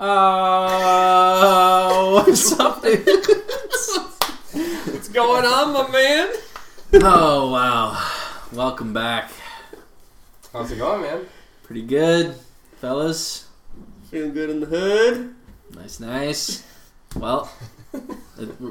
Oh, something. What's going on, my man? oh wow! Welcome back. How's it going, man? Pretty good, fellas. Feeling good in the hood? Nice, nice. Well, it-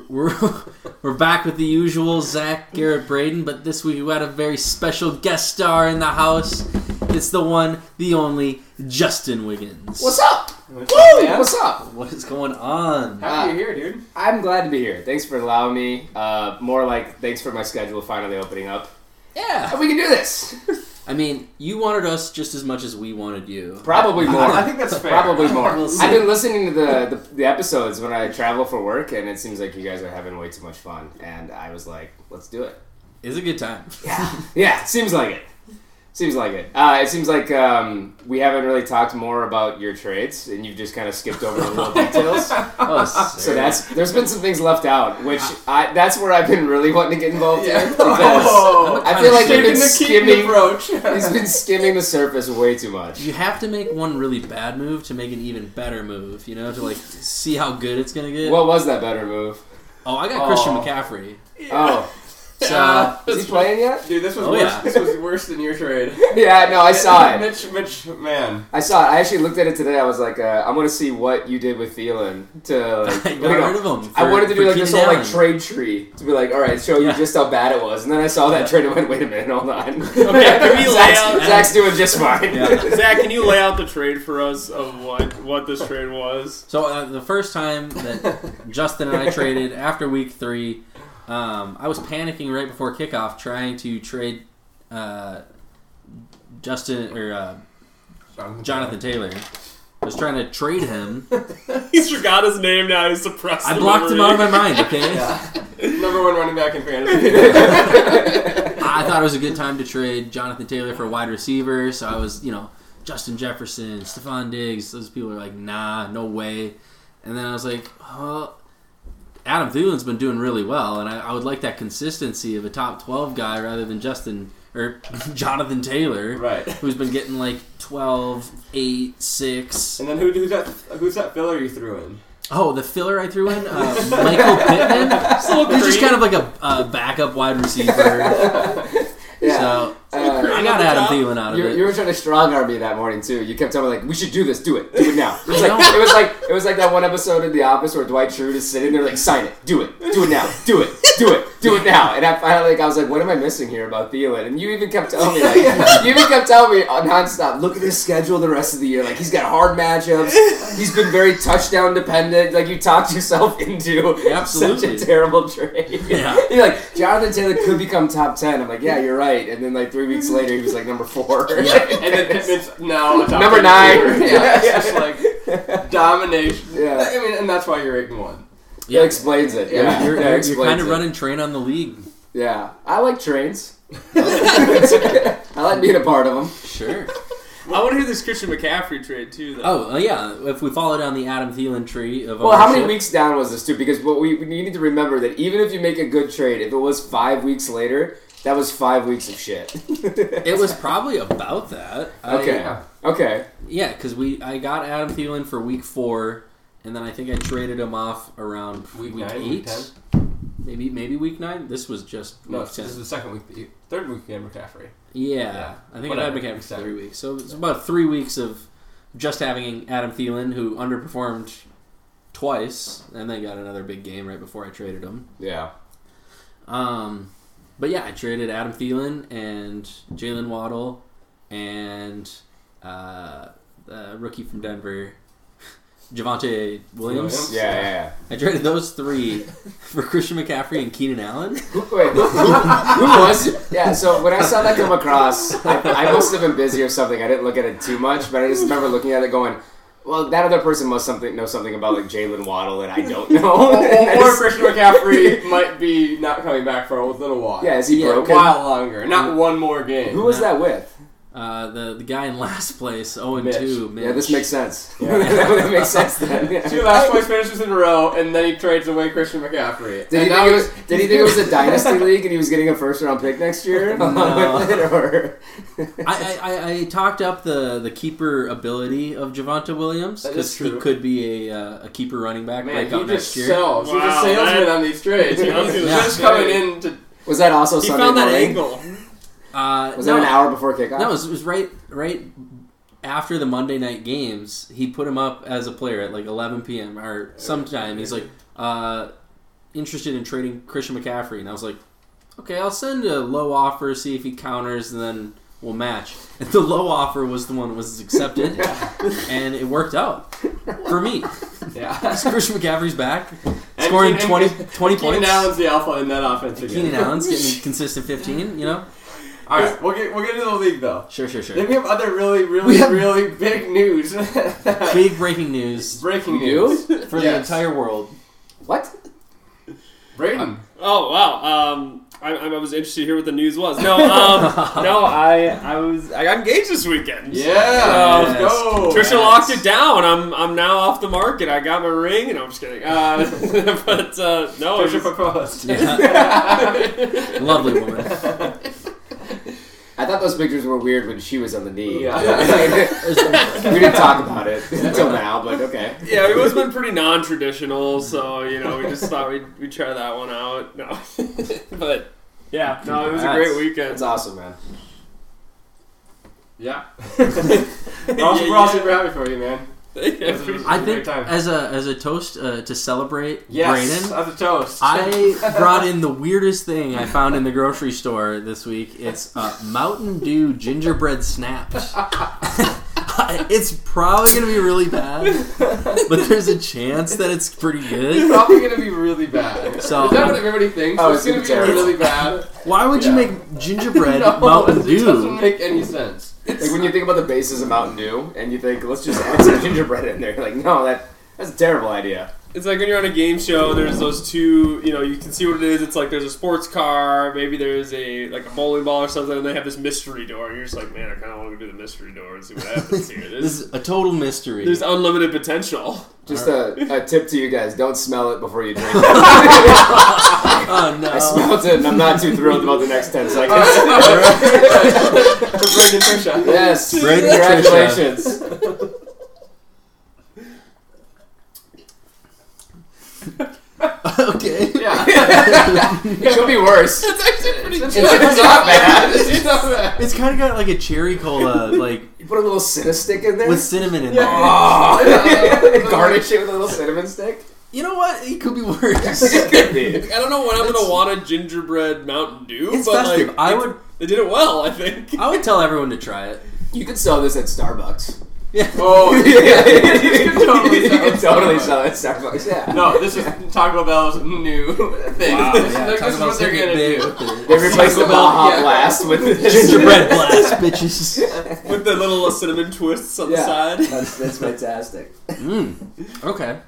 we're we're back with the usual Zach Garrett Braden, but this week we had a very special guest star in the house. It's the one, the only Justin Wiggins. What's up? What's Woo! up, man? What's up? What is going on? Happy you're here, dude. I'm glad to be here. Thanks for allowing me. Uh, more like thanks for my schedule finally opening up. Yeah, And we can do this. I mean, you wanted us just as much as we wanted you. Probably more. I think that's fair. Probably more. We'll see. I've been listening to the, the the episodes when I travel for work, and it seems like you guys are having way too much fun. And I was like, let's do it. It's a good time. Yeah, yeah. Seems like it. Seems like it. Uh, it seems like um, we haven't really talked more about your trades, and you've just kind of skipped over the little details. Oh, So that's there's been some things left out, which Ah. I that's where I've been really wanting to get involved Yeah. in because I feel like Taking you've the been keeping skimming. approach. He's been skimming the surface way too much. You have to make one really bad move to make an even better move, you know, to like see how good it's gonna get. What was that better move? oh, I got Christian Aw. McCaffry. Oh, So Ah. is he playing yet? Dude, this was Oh, worse. yeah. This was worse than your trade. Yeah, no, I saw it. Mitch, Mitch, man. I saw it. I actually looked at it today. I was like, uh, I'm gonna see what you did with Thielen to. I Like, got you know, rid of him. For, I wanted to do for like this Keenan whole like Allen. trade tree to be like, all right, show you Yeah. just how bad it was, and then I saw that trade and went, wait a minute, hold on. can we lay out- Zach's, Zach's doing just fine. Yeah. Zach, can you lay out the trade for us of what what this trade was? So uh, the first time that Justin and I traded after week three, um, I was panicking right before kickoff trying to trade uh, Justin or uh, Jonathan Taylor. I was trying to trade him. He's forgot his name now. He's suppressed. I the blocked him out memory. of my mind. Okay. Number one running back in fantasy. I thought it was a good time to trade Jonathan Taylor for a wide receiver. So I was, you know, Justin Jefferson, Stephon Diggs. Those people are like, nah, no way. And then I was like, oh, Adam Thielen's been doing really well, and I, I would like that consistency of a top twelve guy rather than Justin or Jonathan Taylor, right. who's been getting like 12, 8, 6. And then who, who's that? Who's that filler you threw in? Oh, the filler I threw in, uh, Michael Pittman. Just a little He's just creep. kind of like a, a backup wide receiver. Yeah. So Uh, I got Adam Thielen out of You, it. you were trying to strong arm me that morning too. You kept telling me like, "We should do this. Do it. Do it now." It was I like know. it was like it was like that one episode in The Office where Dwight Schrute is sitting there like, "Sign it. Do it. Do it now. Do it. Do it. Do it now." And I finally like I was like, "What am I missing here about Thielen?" And you even kept telling me like, you even kept telling me uh, nonstop, "Look at his schedule the rest of the year. Like he's got hard matchups. He's been very touchdown dependent. Like you talked yourself into Absolutely. such a terrible trade." Yeah. You're like, Jonathan Taylor could become top ten. I'm like, yeah, you're right. And then like three weeks later, he was like number four. Yeah. And then Pittman's now a top Number ten nine. receiver. Yeah. Yeah, it's just like domination. Yeah. I mean, and that's why you're eight and one. That explains it. Yeah, You're, That you're, you're explains kind of it. running train on the league. Yeah, I like trains. I like being a part of them. Sure. I want to hear this Christian McCaffrey trade too. Though. Oh, uh, yeah. If we follow down the Adam Thielen tree of Well, how many ownership- weeks down was this too? Because what we, we needed to remember that even if you make a good trade, if it was five weeks later, that was five weeks of shit. It was probably about that. I- okay. Okay. yeah, because we I got Adam Thielen for week four, and then I think I traded him off around week, Week nine, eight, week ten? maybe maybe week nine. This was just No, week this ten. is the second week, that you- third week you had McCaffrey. yeah, yeah, I think whatever, I've had McCaffrey for exactly. three weeks, so it's about three weeks of just having Adam Thielen, who underperformed twice, and then got another big game right before I traded him. Yeah. Um, but yeah, I traded Adam Thielen and Jalen Waddle and uh, the rookie from Denver, Javante Williams. Williams? Yeah. Yeah. I traded those three for Christian McCaffrey and Keenan Allen. yeah. Who, wait, who, who, who was? Yeah. So when I saw that come across, I, I must have been busy or something. I didn't look at it too much, but I just remember looking at it going. Well, that other person must something know something about like Jalen Waddle that I don't know. Or, And I or just- Christian McCaffrey might be not coming back for a little while. Yeah, is he Yeah, broken? while longer, not one more game. Who was that with? Uh, the the guy in last place, zero and Mitch. two. Mitch. Yeah, this makes sense. Yeah. that would make sense then. Yeah. Two last place finishes in a row, and then he trades away Christian McCaffrey. Did he, think and it was, did he think it was a dynasty league and he was getting a first round pick next year? No. With it, or- I, I- I, I talked up the, the keeper ability of Javante Williams That because is he true. could be a, uh, a keeper running back Man, breakout he next just year. sells. He's a Wow, salesman that- on these trades. Yeah. He's Yeah. just coming in to. was that also He Sunday found that morning? angle. uh, Was no, that an hour before kickoff? No, it was, it was right right after the Monday night games. He put him up as a player at like 11 p.m. or sometime. He's like uh, interested in trading Christian McCaffrey, and I was like, okay, I'll send a low offer, see if he counters, and then we'll match. And the low offer was the one that was accepted, and it worked out for me. Yeah. Christian McCaffrey's back, And scoring 20, Keenan- 20 Keenan points. Allen's the alpha in that offense again. Keenan Allen's getting consistent 15, you know? All right, we'll get we'll get into the league though. Sure, sure, sure. Then we have other really, really, really big news. Big breaking news Breaking We do? news. for the Yes. entire world. What? Braden. Oh wow. Um, I, I was interested to hear what the news was. No, um, no, I, I was, I got engaged this weekend. Yeah. Um, let's go. Trisha locked it down. I'm, I'm now off the market. I got my ring, and I'm just kidding. Uh, but uh, no, it Trisha was, proposed. Lovely woman. I thought those pictures were weird when she was on the knee. Yeah. we didn't talk about it until now, but okay. yeah, it was been pretty non-traditional. So you know, we just thought we'd, we'd try that one out. No, but yeah, no, it was a Congrats. great weekend. That's awesome, man. yeah. we're all, Yeah, we're all yeah. super happy for you, man. I appreciate I Great think time. as a as a toast uh, to celebrate Yes. Brayden, That's a toast. I brought in the weirdest thing I found in the grocery store this week. It's uh, Mountain Dew gingerbread snaps. it's probably gonna be really bad, but there's a chance that it's pretty good. probably gonna be really bad. So- is that what everybody thinks? Oh, it's it's gonna gonna be terrible. be really bad. Why would you Yeah. make gingerbread no, Mountain it doesn't Dew? make any sense. Like when you think about the bases of Mountain Dew and you think, let's just add some gingerbread in there. Like, no, that that's a terrible idea. It's like when you're on a game show. There's those two. You know, you can see what it is. It's like there's a sports car. Maybe there's a like a bowling ball or something. And they have this mystery door. And you're just like, man, I kind of want to do the mystery door and see what happens here. This There's, is a total mystery. there's unlimited potential. Just a, a tip to you guys: don't smell it before you drink it. oh I no! smelled it, and I'm not too thrilled about the next ten seconds. Braden Trisha. yes, Brady congratulations. okay. Yeah. It could be worse. it's actually pretty good. It's not bad. It's not bad. It's kind of got like a cherry cola, like You put a little cinnamon stick in there. with cinnamon in there. Ah. Oh, garnish it with a little cinnamon stick. You know what? It could be worse. It could be. I don't know when I'm gonna want a gingerbread Mountain Dew, It's but festive. like I it- would, They did it well, I think. I would tell everyone to try it. You could sell this at Starbucks. Yeah. Oh, you could totally sell could it. totally sell it at Starbucks. Yeah. No, this is Taco Bell's new thing. Wow, this is, Yeah, this talk is about what they're taking gonna big do. with it. They replaced the Taco Bell, Baja yeah. Blast with this. Gingerbread blast, bitches. With the little uh, cinnamon twists on Yeah. the side. That's, that's fantastic. Mm. Okay.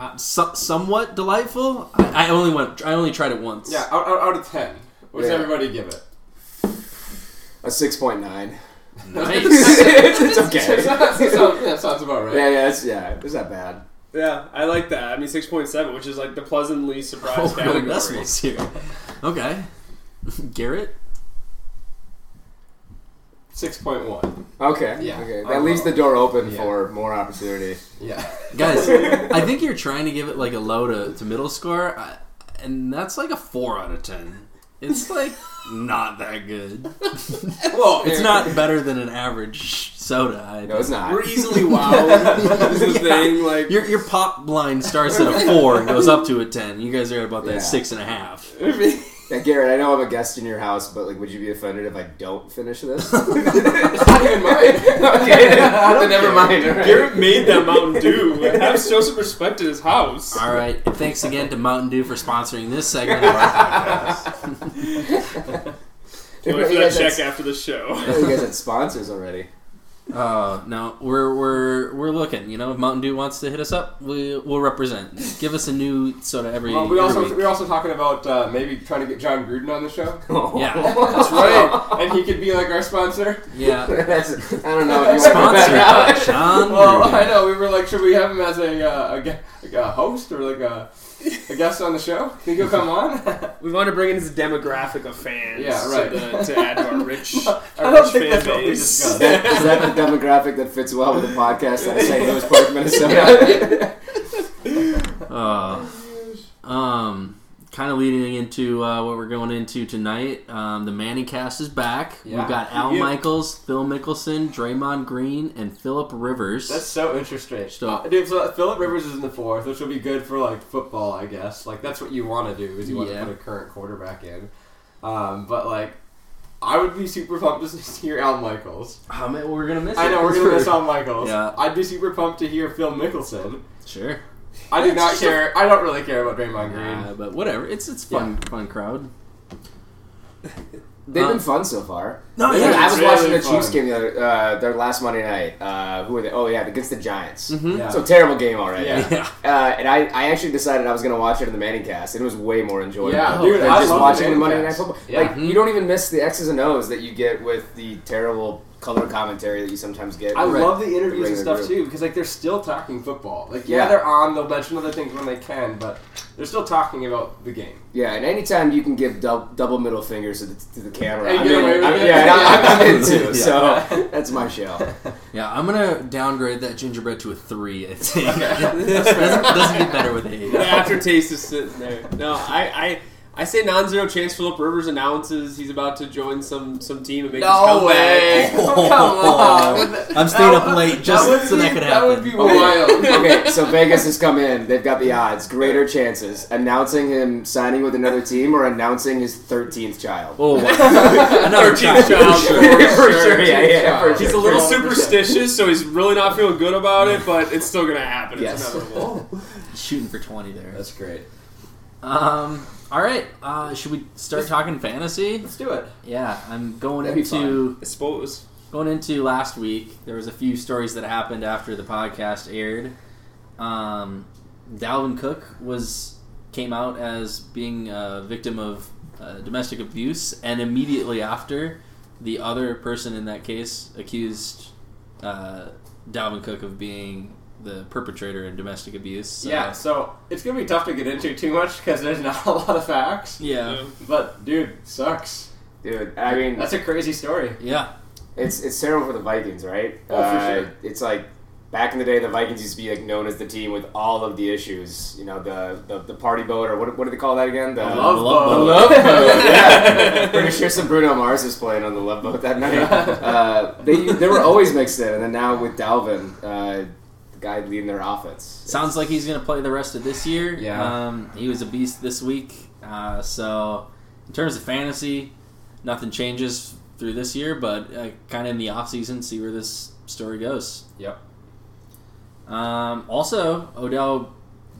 Uh, so, somewhat delightful. I, I only went. I only tried it once. Yeah, out, out, out of ten, what does Yeah. everybody give it? A six point nine. Nice. it's okay. that sounds about right. Yeah, yeah, it's, yeah. It's not bad. Yeah, I like that. I mean, six point seven, which is like the pleasantly oh, surprised no category. decimals here. Okay. Garrett. Six point one. Okay. Yeah. Okay. That Uh, leaves the door open yeah. for more opportunity. Yeah. Guys, I think you're trying to give it like a low to, to middle score, I, and that's like a four out of ten. It's like not that good. Well, It's not better than an average soda. I No, it's not. We're easily wowed. is the thing like Your, your pop line starts at a four and goes up to a ten. You guys are at about that Yeah. six and a half. Now, Garrett, I know I'm a guest in your house, but like, would you be offended if I don't finish this? okay, not even mine. then never mind. all right. Garrett made that Mountain Dew. Like, have show some respect in his house. All right. And thanks again to Mountain Dew for sponsoring this segment of our podcast. Wait for You that guys check had- after the show. you guys had sponsors already. Uh, no, we're we're we're looking. in. You know, if Mountain Dew wants to hit us up, we will represent. Give us a new soda every. Well, we also every we week. are also talking about uh, maybe trying to get John Gruden on the show. Oh. Yeah. That's right, and he could be like our sponsor. yeah. That's, I don't know. If you want to Sponsored by that route. Sean Well, Gruden. I know we were like, should we have him as a uh, a, gue- like a host or like a, a guest on the show? Think he'll come on? We want to bring in his demographic of fans. Yeah, right. To, the, to add to our rich, I our don't rich think fan that's what we base. discussed. That- Is that the demographic that fits well with the podcast out of St. Louis Park, Minnesota? Yeah. Uh, um, kind of leading into uh, what we're going into tonight. Um, the Manning cast is back. Yeah. We've got Al Yeah. Michaels, Phil Mickelson, Draymond Green, and Philip Rivers. That's so interesting. So- Dude, so Philip Rivers is in the fourth, which will be good for like football, I guess. Like that's what you want to do is you want Yeah. to put a current quarterback in. Um, but like, I would be super pumped to hear Al Michaels. How many- we're gonna miss. I it. know we're gonna miss Al Michaels. Yeah. I'd be super pumped to hear Phil Mickelson. Sure. I do not care. I don't really care about Draymond Green. Uh, but whatever. It's it's fun fun crowd. They've Um, been fun so far. No, Yeah, I was really watching the fun. Chiefs game the other, uh, their last Monday night. Uh, who were they? Oh yeah, against the Giants. Hmm? Yeah. So terrible game already. Yeah. Mm-hmm. Yeah. Uh, and I, I actually decided I was going to watch it in the Manning cast, and it was way more enjoyable. Yeah, dude, than I just love watching the the Monday Manning Night cast. Football. Yeah. Like you don't even miss the X's and O's that you get with the terrible color commentary that you sometimes get. I with- love the interviews regular and stuff group. too because like they're still talking football. Like yeah, Yeah. they're on. They'll mention other things when they can, but they're still talking about the game. Yeah, and anytime you can give dou- double middle fingers to the, to the camera, And I'm get in. away with I'm- it. yeah, and I'm, I'm Yeah. into. Yeah. So that's my show. Yeah, I'm gonna downgrade that gingerbread to a three. I think doesn't, doesn't get better with age. The aftertaste is sitting there. No, I, I, I say non-zero chance. Philip Rivers announces he's about to join some some team and make his comeback. on. I'm staying up late just would so be- that could happen. Oh, that would be Okay. wild. okay, so Vegas has come in. They've got the odds, greater chances. Announcing him signing with another team or announcing his 13th child. Oh, wow. another child. 13th child. for sure, yeah, yeah. For He's a sure. little For sure. superstitious, so he's really not feeling good about it, but it's still gonna happen. Yes. It's inevitable. Shooting for twenty there. That's great. Um. All right. Uh, should we start talking fantasy? Let's do it. Yeah, I'm going That'd be into I suppose. going into last week. There was a few stories that happened after the podcast aired. Um, Dalvin Cook was came out as being a victim of uh, domestic abuse, and immediately after, the other person in that case accused uh, Dalvin Cook of being the perpetrator of domestic abuse. So- Yeah, so it's gonna be tough to get into too much because there's not a lot of facts. Yeah. But dude, sucks. Dude, I mean, That's a crazy story. Yeah. it's it's terrible for the Vikings, right? Oh, for Uh, sure. It's like back in the day, the Vikings used to be like known as the team with all of the issues. You know, the the, the party boat or what, what do they call that again? The uh, love love boat. boat. The Love Boat. Yeah. Pretty sure some Bruno Mars was playing on the Love Boat that night. Uh, they they were always mixed in, and then now with Dalvin, uh, the guy leading their offense. Sounds like he's going to play the rest of this year. Yeah. Um, he was a beast this week. Uh, so, in terms of fantasy, nothing changes through this year, but uh, kind of in the offseason, see where this story goes. Yep. Um, also, Odell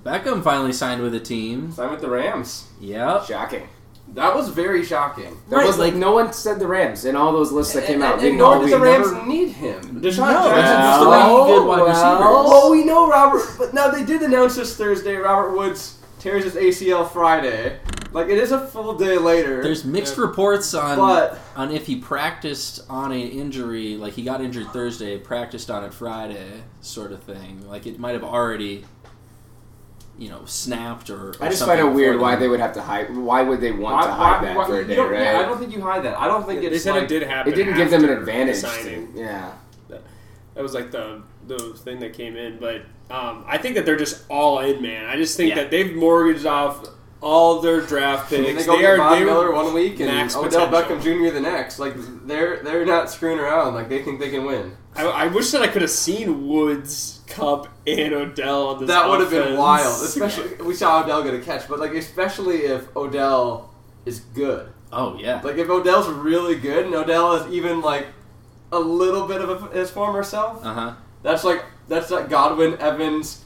Beckham finally signed with a team. Sign with the Rams. Yep. Shocking. That was very shocking. There Right, was like like- no one said the Rams in all those lists that came out. And, and We nor know- did we the Rams never- need him. Deshaun No, that's Jackson's just still three good wide receivers. Well, we know Robert, but now they did announce this Thursday. Robert Woods tears his ACL Friday. Like it is a full day later. There's mixed reports on But- on if he practiced on a injury, like he got injured Thursday, practiced on it Friday, sort of thing. Like it might have already, you know, snapped or. or I just something find it weird before why then. they would have to hide. Why would they want Why- to hide why- that why- for you a day, don't- right? yeah, I don't think you hide that. I don't think They it's said like, it did happen. it didn't give them an after the advantage. To, signing. yeah. That was like the the thing that came in, but um, I think that they're just all in, man. I just think Yeah. that they've mortgaged off all their draft And picks. they go They get are Von they Miller one week and max Odell potential. Beckham Jr. the next. Like they're they're not screwing around. Like they think they can win. I, I wish that I could have seen Woods, Cup, and Odell on this. that would have been offense. wild. Especially we saw Odell get a catch, but like especially if Odell is good. Oh yeah. Like if Odell's really good and Odell is even like a little bit of a, his former self, Uh huh. that's like that's like Godwin Evans.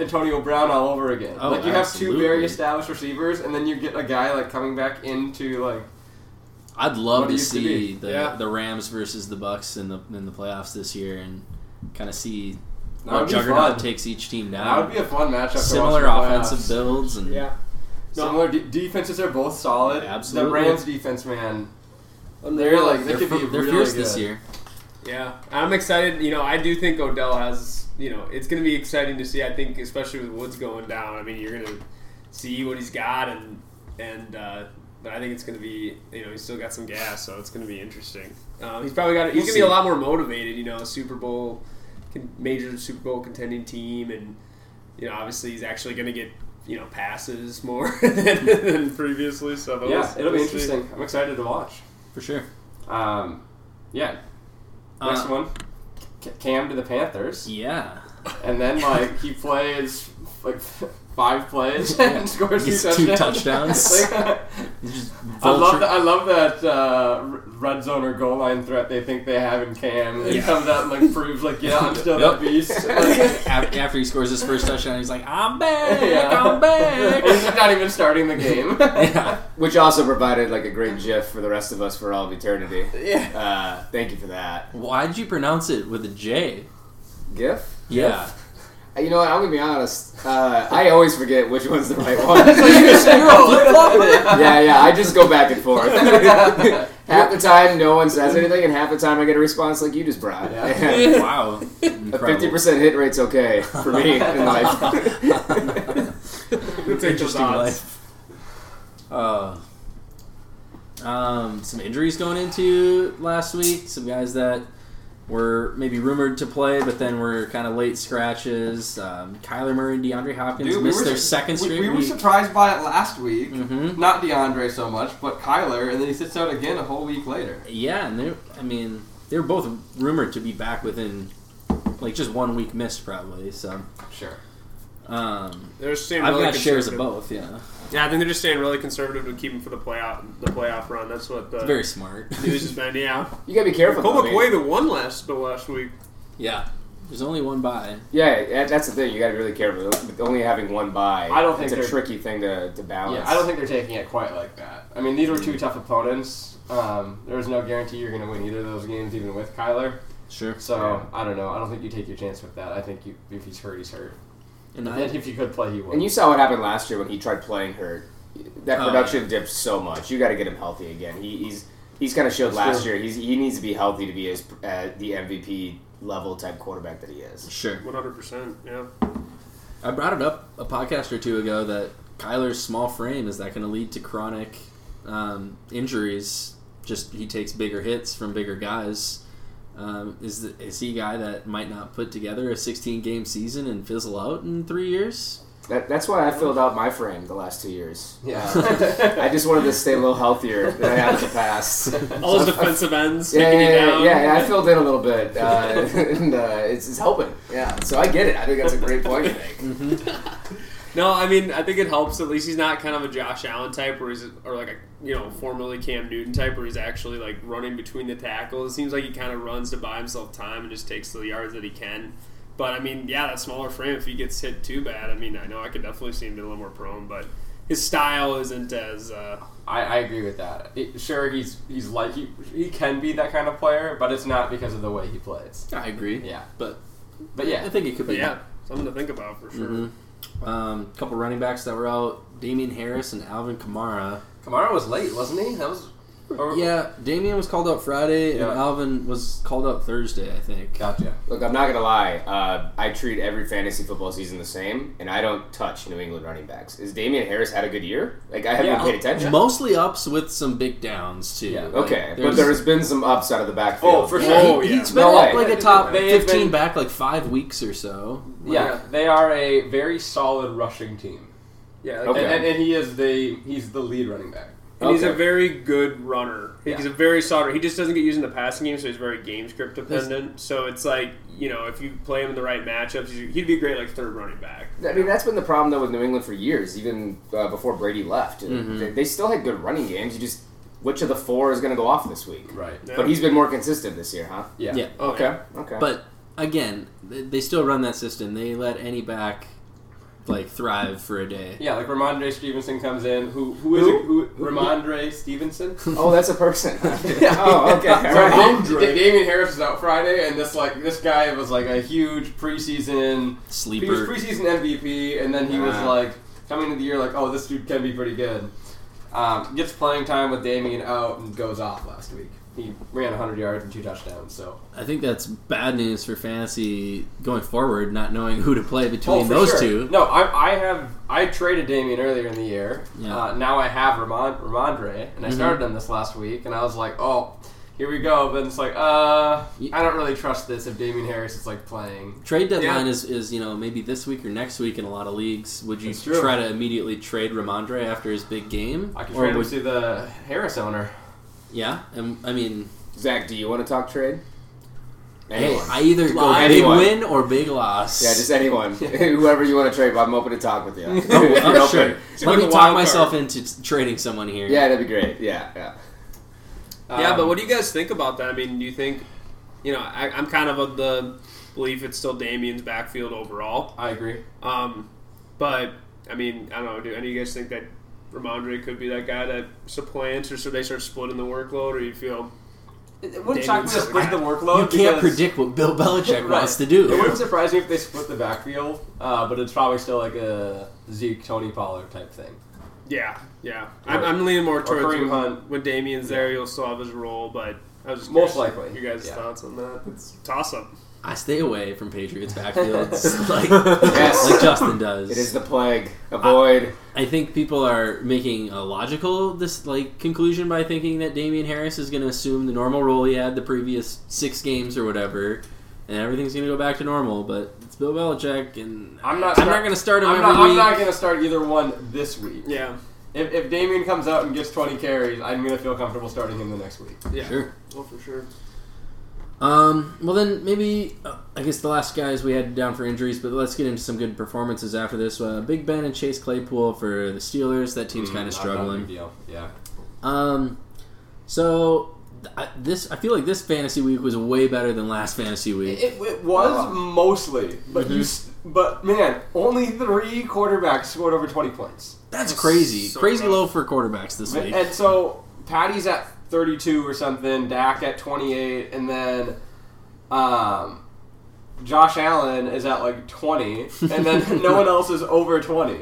Antonio Brown all over again. Oh, like you have two absolutely. very established receivers, and then you get a guy like coming back into like I'd What love it to used to see be. the Yeah. the Rams versus the Bucks in the in the playoffs this year and kind of see That would be Juggernaut fun. takes each team That would down. be a fun matchup. to watch Similar in the playoffs. offensive builds and Yeah. No. Similar de- defenses are both solid. Yeah, absolutely. The Rams defense, man, they're like they they're, could be fr- they're really fierce good. this year. Yeah, I'm excited. You know, I do think Odell has. You know, it's going to be exciting to see. I think, especially with Woods going down. I mean, you're going to see what he's got, and and uh, but I think it's going to be. You know, he's still got some gas, so it's going to be interesting. Um, he's probably got. We'll He's going to see. be a lot more motivated. You know, Super Bowl, con- major Super Bowl contending team, and you know, obviously he's actually going to get you know passes more than, than previously. So but Yeah, we'll- it'll be we'll see. interesting. I'm excited to watch. For sure. Um, yeah. Uh, Next one, C- Cam to the Panthers, Yeah. and then like he plays like five plays and scores Gets two two touchdowns. touchdowns. Like, He's just I love vulture- that. I love that uh, r- red zone or goal line threat they think they have in Cam. And He Yeah. comes out and like proves like, yeah, I'm still Yep. the beast. Like, Af- After he scores his first touchdown, he's like, "I'm back! Yeah. I'm back!" He's not even starting the game. yeah, Which also provided like a great GIF for the rest of us for all of eternity. yeah. Uh, thank you for that why'd you pronounce it with a J? GIF. Yeah, Uh, You know what? I'm gonna be honest. Uh, I always forget which one's the right one. yeah, yeah. I just go back and forth. half the time, no one says anything, and half the time, I get a response like you just brought. Yeah. wow, A fifty incredible. percent hit rate's okay for me in life. We'll take those Interesting odds. life. Uh, um, some injuries going into last week. Some guys that were maybe rumored to play, but then were kind of late scratches. Um, Kyler Murray and DeAndre Hopkins Dude, we missed were their su- second We, straight we were week. surprised by it last week. hmm Not DeAndre so much, but Kyler, and then he sits out again a whole week later. Yeah, and they're, I mean, they were both rumored to be back within, like, just one week missed, probably. So, Sure. um, They're staying I've really got shares conservative. of both, yeah. Yeah, I think they're just staying really conservative to keep him for the playoff the playoff run. That's what the Very smart. news has been. Yeah, you gotta be careful. though, Cole man. McQuay the one last the last week. yeah. There's only one by. Yeah, that- that's the thing. You got to be really careful with only having one buy. I don't think it's a they're- tricky thing to, to balance. Yeah, I don't think they're taking it quite like that. I mean, these were two tough opponents. Um, there was no guarantee you're going to win either of those games, even with Kyler. Sure. So I don't know. I don't think you take your chance with that. I think you, if he's hurt, he's hurt. And And then I, if you could play, he would. And you saw what happened last year when he tried playing hurt. That Oh, production dipped so much. You got to get him healthy again. He, he's he's kind of showed That's last true. year. He's he needs to be healthy to be as uh, the MVP level type quarterback that he is. sure. One hundred percent. Yeah, I brought it up a podcast or two ago that Kyler's small frame is that going to lead to chronic um, injuries? Just he takes bigger hits from bigger guys. Um, is the, is he a guy that might not put together a 16 game season and fizzle out in three years? That, that's why I filled out my frame the last two years. yeah. I just wanted to stay a little healthier than I have in the past. all his defensive ends Yeah, taking yeah, you yeah, down. yeah, yeah, I filled in a little bit, uh, and uh, it's, it's helping. Yeah, so I get it. I think that's a great point. I think. No, I mean I think it helps. At least he's not kind of a Josh Allen type, or he's or like a you know formerly Cam Newton type, where he's actually like running between the tackles. It seems like he kind of runs to buy himself time and just takes the yards that he can. But I mean, yeah, that smaller frame. If he gets hit too bad, I mean, I know I could definitely see him being a little more prone, but his style isn't as. Uh, I, I agree with that. It- sure, he's he's like he, he can be that kind of player, but it's not because of the way he plays. I agree. Yeah, But but I yeah, think it could But be. yeah, something to think about for sure. Mhm. Um, a couple running backs that were out: Damian Harris and Alvin Kamara. Kamara was late, wasn't he? That was or- Yeah, Damian was called out Friday, Yeah. and Alvin was called out Thursday, I think. Gotcha. Look, I'm not gonna lie. Uh, I treat every fantasy football season the same, and I don't touch New England running backs. Is Damian Harris had a good year? Like I haven't Yeah. paid attention. Mostly ups with some big downs too. Yeah. Like, Okay, there's- but there has been some ups out of the backfield. Oh, for sure. Oh, he, yeah. has been No like, way. like a top They have fifteen been- back like five weeks or so. Like, Yeah, they are a very solid rushing team, Yeah, Okay. and, and, and he is the he's the lead running back. and he's a Okay. very good runner. Yeah. He's a very solid. He just doesn't get used in the passing game, so he's very game script dependent. so it's like you know, if you play him in the right matchups, you- he'd be a great like third running back. I mean, that's been the problem though with New England for years, even uh, before Brady left. Mm-hmm. They, they still had good running games. You just which of the four is gonna go off this week? Right. Yeah. But he's been more consistent this year, huh? Yeah. Yeah. Oh, yeah. Okay. Okay. But again, th- they still run that system. They let any back like thrive for a day. Yeah, like Ramondre Stevenson comes in. Who who is Who? it? Who, Ramondre Stevenson? Oh, that's a person. oh, okay. All So right. Dam- Da- Damian Harris is out Friday, and this like this guy was like a huge preseason. He was Sleeper. preseason MVP, and then he was Ah. like coming into the year like, oh, this dude can be pretty good. Um, gets playing time with Damian out and goes off last week. He ran 100 yards and two touchdowns. So I think that's bad news for fantasy going forward, not knowing who to play between Oh, for those sure. two. No, I, I have I traded Damien earlier in the year. Yeah. Mm-hmm. Uh, now I have Ramon, Ramondre, and I started him this last week, and I was like, oh, here we go. But it's like, uh, Ye- I don't really trust this if Damien Harris is like playing. Trade deadline Yeah. is, is you know maybe this week or next week in a lot of leagues. Would you That's true. try to immediately trade Ramondre after his big game? I could Or trade him would- to the Harris owner. yeah, and I mean, Zach, do you want to talk trade? hey, Anyone. I either go Lie. big Anyone. win or big loss. yeah, just anyone. Whoever you want to trade, but I'm open to talk with you. Oh, You're I'm open. sure. It's Let like me a talk wild card. myself into t- trading someone here. Yeah, that'd be great. Yeah, yeah. yeah, Um, but what do you guys think about that? I mean, do you think, you know, I, I'm kind of of the belief it's still Damien's backfield overall. I agree. Um, but I mean, I don't know. Do any of you guys think that Ramondre could be that guy that supplants, or should they start splitting the workload, or you feel? It wouldn't shock me to Damien's split the okay. workload. You can't Oh, because- predict what Bill Belichick Right. wants to It do. wouldn't surprise me if they split the backfield, uh, but it's probably still like a Zeke, Tony Pollard type thing. Yeah, yeah. I'm, I'm leaning more towards Kareem when, Hunt. when Damien's there, he'll still have his role, but. I was just Most curious likely, You guys' yeah. thoughts on that? It's toss up. I stay away from Patriots backfields like, like Justin does. It is the plague. Avoid. I think people are making a logical this like conclusion by thinking that Damian Harris is going to assume the normal role he had the previous six games or whatever, and everything's going to go back to normal. But it's Bill Belichick, and I'm not I'm start- not going to start him I'm every not, I'm week. not going to start either one this week. Yeah, If, if Damien comes out and gets 20 carries, I'm going to feel comfortable starting him the next week. yeah. Sure. Well, for sure. Um, well, then maybe uh, I guess the last guys we had down for injuries, but let's get into some good performances after this. Uh, Big Ben and Chase Claypool for the Steelers. That team's kind of Mm, Not- not a big struggling. deal. Yeah. Um, so th- I, this I feel like this fantasy week was way better than last fantasy week. It, it was Uh, mostly, but you s but man, only three quarterbacks scored over 20 points. That's crazy, so crazy rough. low for quarterbacks this week. And so Patty's at 32 or something, Dak at 28, and then um, Josh Allen is at like 20, and then no one else is over 20.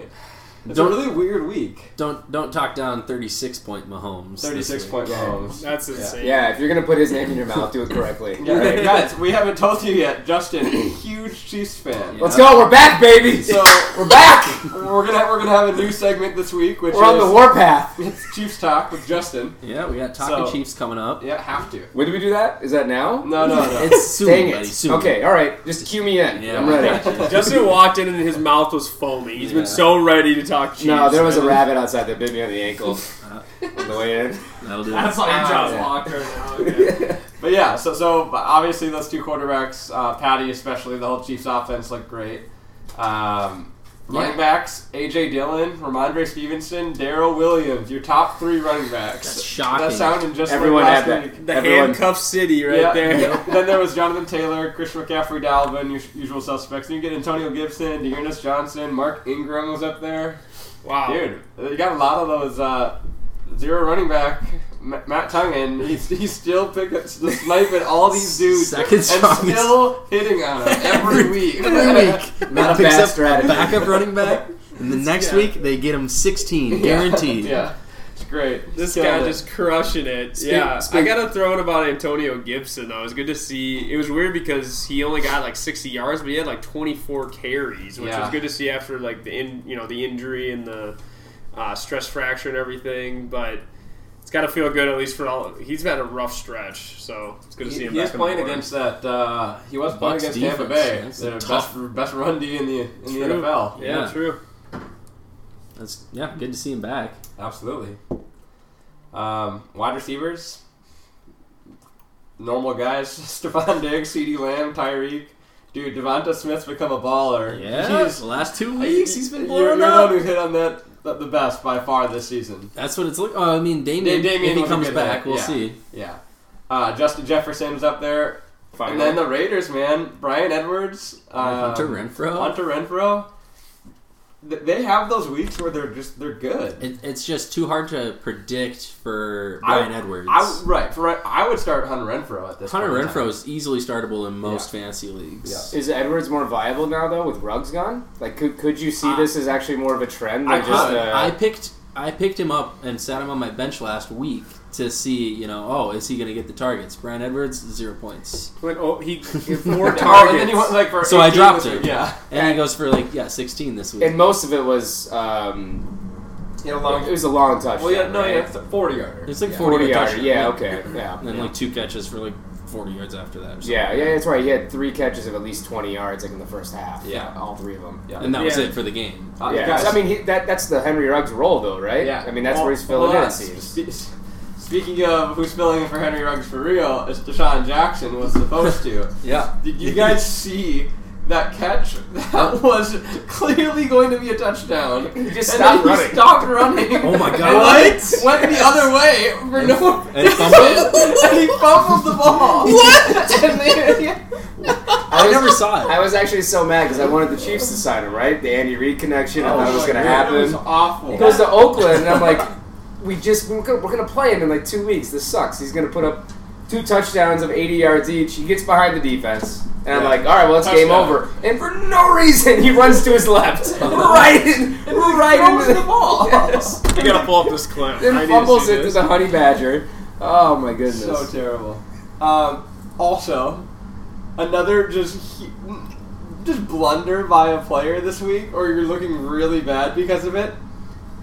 It's Don't- a really weird week. Don't don't talk down thirty six point Mahomes. this 36 week. point Mahomes. That's insane. Yeah, if you're gonna put his name in your mouth, do it correctly. Yeah, All right. Guys, we haven't told you yet. Justin, huge Chiefs fan. Yeah. Let's go. We're back, baby. So we're back. we're gonna we're gonna have a new segment this week, which We're on is the warpath. it's Chiefs talk with Justin. Yeah, we got talking So- Chiefs coming up. Yeah, have to. When do we do that? Is that now? No, no, no. It's soon, Dang it. buddy, soon. Okay. All right. Just cue me in. Yeah, I'm we ready. got you. Justin walked in and his mouth was foaming. He's Yeah. been so ready to talk cheese. No, there was a rabbit outside that bit me on the ankle Uh. on the way in. That'll do. That's it. like Ah, John yeah. Walker now. Okay. But yeah, so so but obviously those two quarterbacks, uh, Patty especially, the whole Chiefs offense looked great. Um, Yeah. Running backs: AJ Dillon, Ramondre Stevenson, Daryl Williams. Your top three running backs. That's shocking. That sounded just Everyone like last had that. week. The Everyone- handcuff city right Yeah. there. then there was Jonathan Taylor, Chris McCaffrey, Dalvin, your usual suspects. Then you get Antonio Gibson, Dearness Johnson, Mark Ingram was up there. Wow. Dude, you got a lot of those uh, zero running back. Ma- Matt Tungan, he's, he's still picking, sniping all these dudes Second and strongest. still hitting on them every week. Every week, Not a Matt picks bad up strategy. backup running back, and the next Yeah. week they get him sixteen, guaranteed. Yeah, it's great. This Killed guy it. just crushing it. Speak- yeah. speak- I got to throw in about Antonio Gibson, though. It was good to see. It was weird because he only got like 60 yards, but he had like 24 carries, which Yeah. was good to see after like the in, you know the injury and the uh, stress fracture and everything. But it's got to feel good at least for all. He's had a rough stretch, so it's good to see He, him. he back is on the playing board. against that. Uh, he was playing Bucks against Tampa defense. Bay, That's their a best best run D in the in the True. NFL. Yeah, Yeah. true. That's yeah, good to see him back. Absolutely. Um, wide receivers, normal guys: Stephon Diggs, C.D. Lamb, Tyreek. Dude, Devonta Smith's become a baller. Yeah, He's- the last two weeks he's been you're, blowing you're the up. one who hit on that the, the best by far this season. That's what it's like. Oh, I mean, Damien. Da- Damien if he was a comes good back, back, we'll yeah. see. Yeah. Uh, Justin Jefferson's up there, Final. and then Um, the Raiders, man. Brian Edwards, uh, Hunter Renfro. Hunter Renfro. th- they have those weeks where they're just they're good. It, it's just too hard to predict for Brian I, Edwards. I, right, for, I would start Hunter Renfro at this. Hunter point in Renfro time. is easily startable in most fantasy leagues. Yeah. Is Edwards more viable now though with Ruggs gone? Like, could, could you see this as actually more of a trend than Uh, I, just could. uh, I picked I picked him up and sat him on my bench last week to see, you know, oh, is he going to get the targets? Brian Edwards zero points, When, oh, he, he four Oh, and then you targets. went like for So I 18 dropped this him. week. Yeah, and he goes for like yeah sixteen this week. and most of it was um, he had a long. it was a long touchdown. Well, yeah, no, right? yeah, it's a forty yarder. it's like yeah. forty, forty yard. touchdown. Yeah, okay, yeah. And then like two catches for like forty yards after that. Or something. Yeah, yeah, that's right. He had three catches of at least twenty yards, like in the first half. Yeah. all three of them. Yeah. and that was Yeah. it for the game. Uh, yeah, guys, I mean he, that that's the Henry Ruggs role, though, right? Yeah. I mean that's Well, where he's hold filling on. in. it seems. Spe- Speaking of who's filling in for Henry Ruggs for real, it's Deshaun Jackson was supposed to. Yeah, Did you guys see that catch? That was clearly going to be a touchdown. He just and then stopped running. He stopped running. Oh my God. And Went went the other way for no. and fumbled. and he fumbled the ball. And then- yeah. I I was, never saw it. I was actually so mad because I wanted the Chiefs to sign him, right? The Andy Reid connection. I thought it was Oh, my going to God, It was happen. awful. He goes to Oakland, and I'm like, we just we're gonna, we're gonna play him in like two weeks. This sucks. He's gonna put up two touchdowns of 80 yards each. He gets behind the defense, and I'm Yeah. like, all right, well, it's game Touchdown. over. And for no reason, he runs to his left, right, in, right throws into the ball. Yes. I gotta pull up this clip. I need Then to fumbles see it to this. the honey badger. Oh my goodness. So terrible. Um, also, another just he- just blunder by a player this week, or you're looking really bad because of it.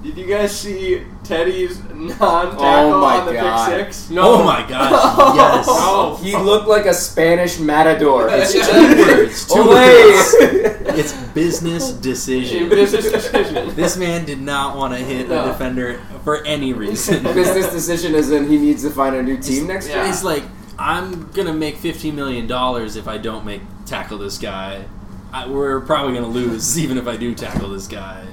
Did you guys see Teddy's non-tackle Oh my on the God. pick six? Oh my gosh! Yes. No. Oh, he looked like a Spanish matador. It's Oh. Yeah. two words, two Olé. It's business decision. But it's his decision. This man did not want to hit No. a defender for any reason. Business decision is in he needs to find a new team next year. Yeah. He's like, I'm gonna make fifteen million dollars if I don't make tackle this guy. I, we're probably gonna lose even if I do tackle this guy.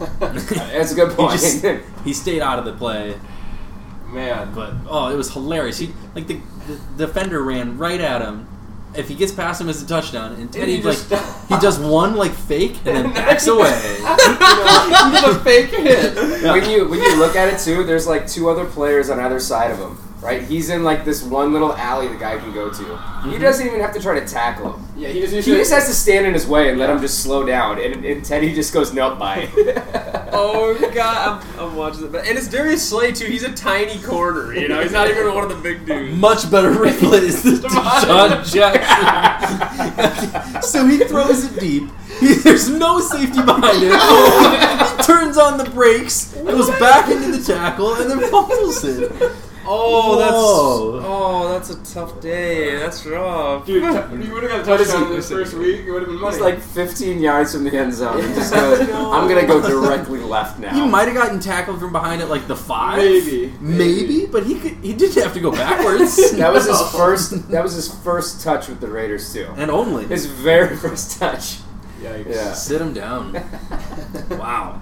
That's a good point. just- he stayed out of the play, Man, but oh, it was hilarious. He like the, the defender ran right at him. If he gets past him, it's a touchdown. And Teddy he like just- he does one like fake and then backs away. he did a fake hit. Yeah. When you when you look at it too, there's like two other players on either side of him, right? He's in like this one little alley the guy can go to. He Mm-hmm. doesn't even have to try to tackle him. Yeah, he just He usually. just has to stand in his way and let him just slow down, and, and Teddy just goes nope, bye. Oh god, I'm, I'm watching it. And it's Darius Slay too. He's a tiny corner. You know, he's not even one of the big dudes. Much better replay is the Deshaun Jackson. so he throws it deep. He- There's no safety behind him. he turns on the brakes, goes back into the tackle, and then fumbles it. Oh, that's Whoa. oh, that's a tough day. That's rough. Dude, you would have got a What is touchdown he- this first week. It would have been money. He's like 15 yards from the end zone. And just goes, I'm gonna go directly left now. He might have gotten tackled from behind at like the five, Maybe. maybe, but he could, he didn't have to go backwards. That was his first. That was his first touch with the Raiders too. and only His very first touch. Yikes. Yeah. sit him down. Wow.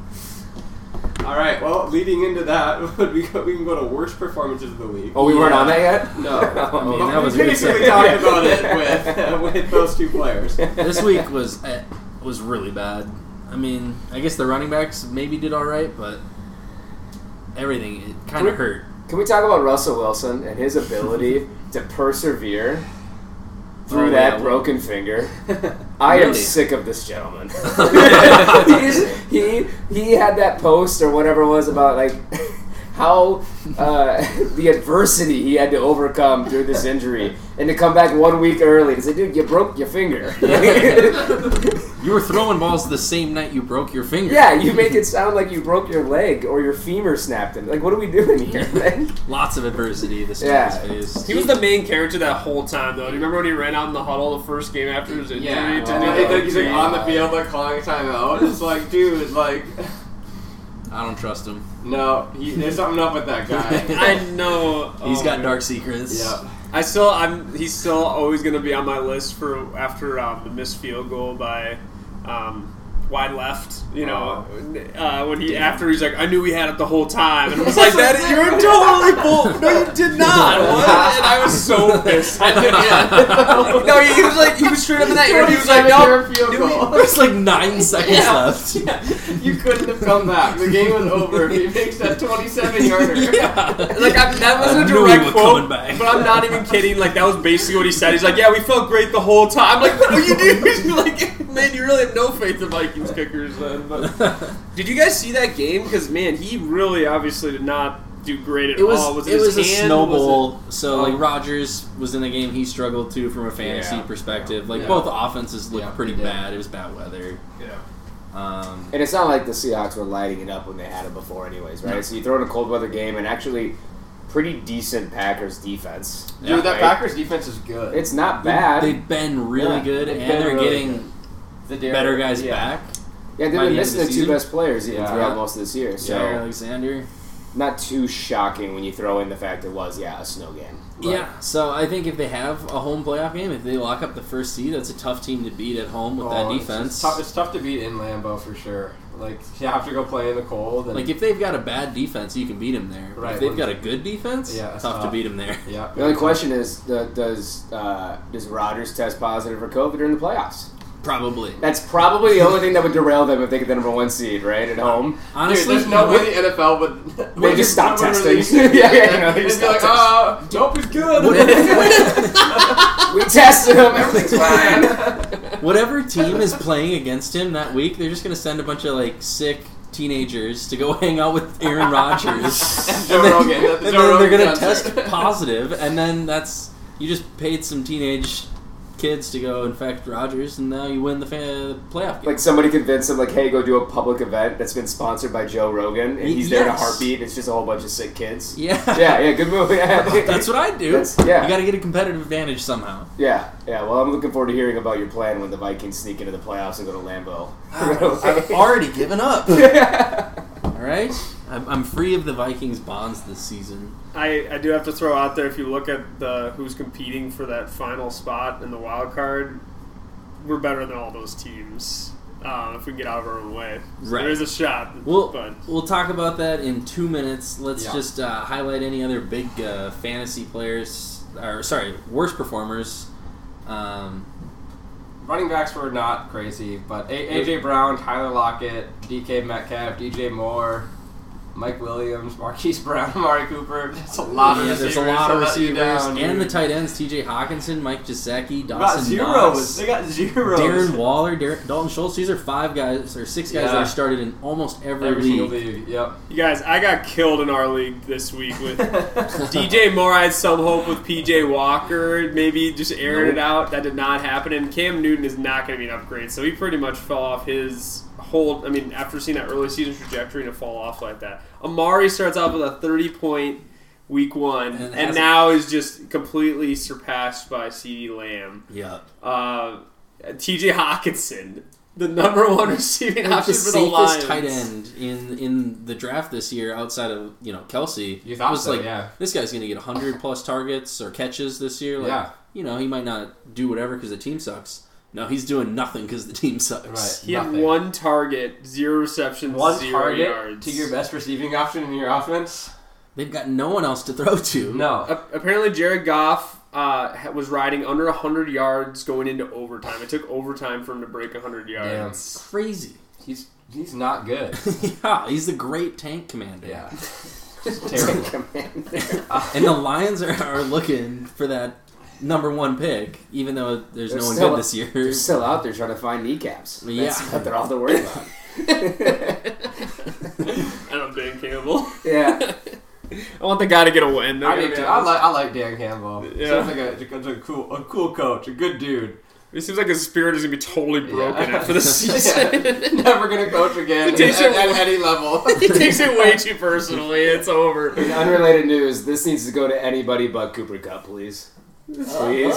All right. Well, leading into that, would we go, we can go to worst performances of the week. Oh, we weren't Yeah. on that yet. Oh, No. I mean, But that we was basically really- talked about it with, with those two players. This week was eh, was really bad. I mean, I guess the running backs maybe did all right, but everything it kind of hurt. Can we talk about Russell Wilson and his ability to persevere through Oh, that yeah. broken finger? I am Really? sick of this gentleman. He's- he he had that post or whatever it was about like how uh, the adversity he had to overcome through this injury and to come back one week early and say, "Dude, you broke your finger." You were throwing balls the same night you broke your finger. yeah, you make it sound like you broke your leg or your femur snapped in. Like, what are we doing here? man? Lots of adversity this Yeah. guy's faced. He was the main character that whole time, though. Do you remember when he ran out in the huddle the first game after his injury? Yeah, to Oh, and do I the think he's like thing? on the field, like calling a timeout. It's like, dude, like, I don't trust him. no, he, there's something up with that guy. I know. He's oh got my dark secrets. yeah, I still, I'm. He's still always going to be on my list for after um, the missed field goal by um, wide left. You know, uh, when he after he's like, I knew we had it the whole time, and I was like, that is, you're totally bull. No, you did not. What? And I was so pissed. no, he was like, he was straight up in that interview. He was like, no, Seven-yard field goal. There's like nine seconds Yeah. left. You couldn't have come back. The game was over. if He makes that 27 yarder. Like I, that I wasn't a knew we direct were coming quote, back. but I'm not even kidding. Like that was basically what he said. He's like, "Yeah, we felt great the whole time." I'm like, "What are you doing?" like, man, you really have no faith in Vikings kickers. Then, but did you guys see that game? Because man, he really obviously did not do great at It was all. oh, Was it, it his was a hand? snowball. So Oh. like Rogers was in a game he struggled too from a fantasy Yeah. perspective. Like Yeah. both offenses looked Yeah, pretty they did. bad. It was bad weather. Yeah. Um, And it's not like the Seahawks were lighting it up when they had it before, anyways, right? So you throw in a cold weather game and actually pretty decent Packers defense. yeah, Dude, that right. Packers defense is good. It's not they- bad. They've been really Yeah, good, they've and been they're really getting The Derrick- better guys yeah. back. yeah, they've by the been end missing of their the two season? best players even Yeah. throughout most of this year. So Jair Alexander. not too shocking when you throw in the fact it was yeah a snow game. But- Yeah, so I think if they have a home playoff game, if they lock up the first seed, that's a tough team to beat at home with Oh, that it's- It's defense. tough, it's tough to beat in Lambeau for sure. Like you have to go play in the cold. And, Like if they've got a bad defense, you can beat them there. But Right, if they've when- got a good defense, Yeah, tough, it's to tough. beat them there. yeah. The only question is, the, does uh, does Rodgers test positive for COVID during the playoffs? Probably. That's probably the only thing that would derail them if they get the number one seed right at home. Dude, Honestly, there's no what- way the NFL would. They would just stop would testing. release- Yeah, yeah, yeah, no, they They'd just be like, stop uh, nope, it's good. We tested him. Everything's fine. whatever team is playing against him that week, they're just gonna send a bunch of like sick teenagers to go hang out with Aaron Rodgers. And And Joe then- Rogan. and that's the then Joe Rogan they're gonna concert. test positive, and then that's you just paid some teenage kids to go infect Rodgers, and now you win the fa- playoff game. Like somebody convinced him, like, hey, go do a public event that's been sponsored by Joe Rogan, and Y- he's there in a yes. heartbeat. And it's just a whole bunch of sick kids. yeah, yeah, yeah, good move. Yeah. that's what I do. That's- yeah. You got to get a competitive advantage somehow. yeah, yeah. Well, I'm looking forward to hearing about your plan when the Vikings sneak into the playoffs and go to Lambeau. I've already given up. All right, I'm, I'm free of the Vikings bonds this season. I, I do have to throw out there if you look at the who's competing for that final spot in the wild card, we're better than all those teams. Um, if we get out of our own way, So Right. there is a shot. We'll but we'll talk about that in two minutes. Let's Yeah. just uh, highlight any other big uh, fantasy players, or sorry, worst performers. Um, Running backs were not crazy, but a- AJ Brown, Tyler Lockett, DK Metcalf, DJ Moore, Mike Williams, Marquise Brown, Amari Cooper. That's a lot yeah, of there's receivers. a lot of to let you receivers down, and the dude. tight ends: T.J. Hawkinson, Mike Gesicki, They got Dawson zeros. Knox, They got zeros. Darren Waller, Dar- Dalton Schultz. These are five guys or six guys that Yeah. are started in almost every, Every single league. league. Yep. You guys, I got killed in our league this week with DJ Moore. I had some hope with PJ Walker, maybe just airing it out. That did not happen. And Cam Newton is not going to be an upgrade, so he pretty much fell off his whole. I mean, after seeing that early season trajectory to fall off like that, Amari starts off with a thirty point week one, And and, hasn't- now is just completely surpassed by CeeDee Lamb. Yeah, Uh, TJ Hawkinson, the number one receiving Like option the for the Lions, safest tight end in in the draft this year, outside of you know Kelsey. You thought I was so, like, yeah. this guy's going to get hundred plus targets or catches this year. Like, Yeah. you know, he might not do whatever because the team sucks. No, he's doing nothing because the team sucks. Right. He had Nothing. one target, zero receptions, One zero target yards. to your best receiving option in your offense. They've got no one else to throw to. No. A- apparently, Jared Goff uh, ha- was riding under 100 yards going into overtime. It took overtime for him to break 100 yards. Crazy. He's he's not good. yeah, he's the great tank commander. Yeah. Terrible. And the Lions are, are looking for that number one pick, even though there's They're no one still- good this year. They're still out there trying to find kneecaps. Yeah. That's what they're all they're worried about. And I'm Dan Campbell. Yeah. I want the guy to get a win. I, do too. I like I like Dan Campbell. Yeah. Sounds like a, sounds like a cool a cool coach, a good dude. it seems like his spirit is going to be totally broken Yeah. after the season. Never gonna coach again at, Takes at, it- any level. he takes it way too personally. It's over. In unrelated news, this needs to go to anybody but Cooper Cup, please. Please.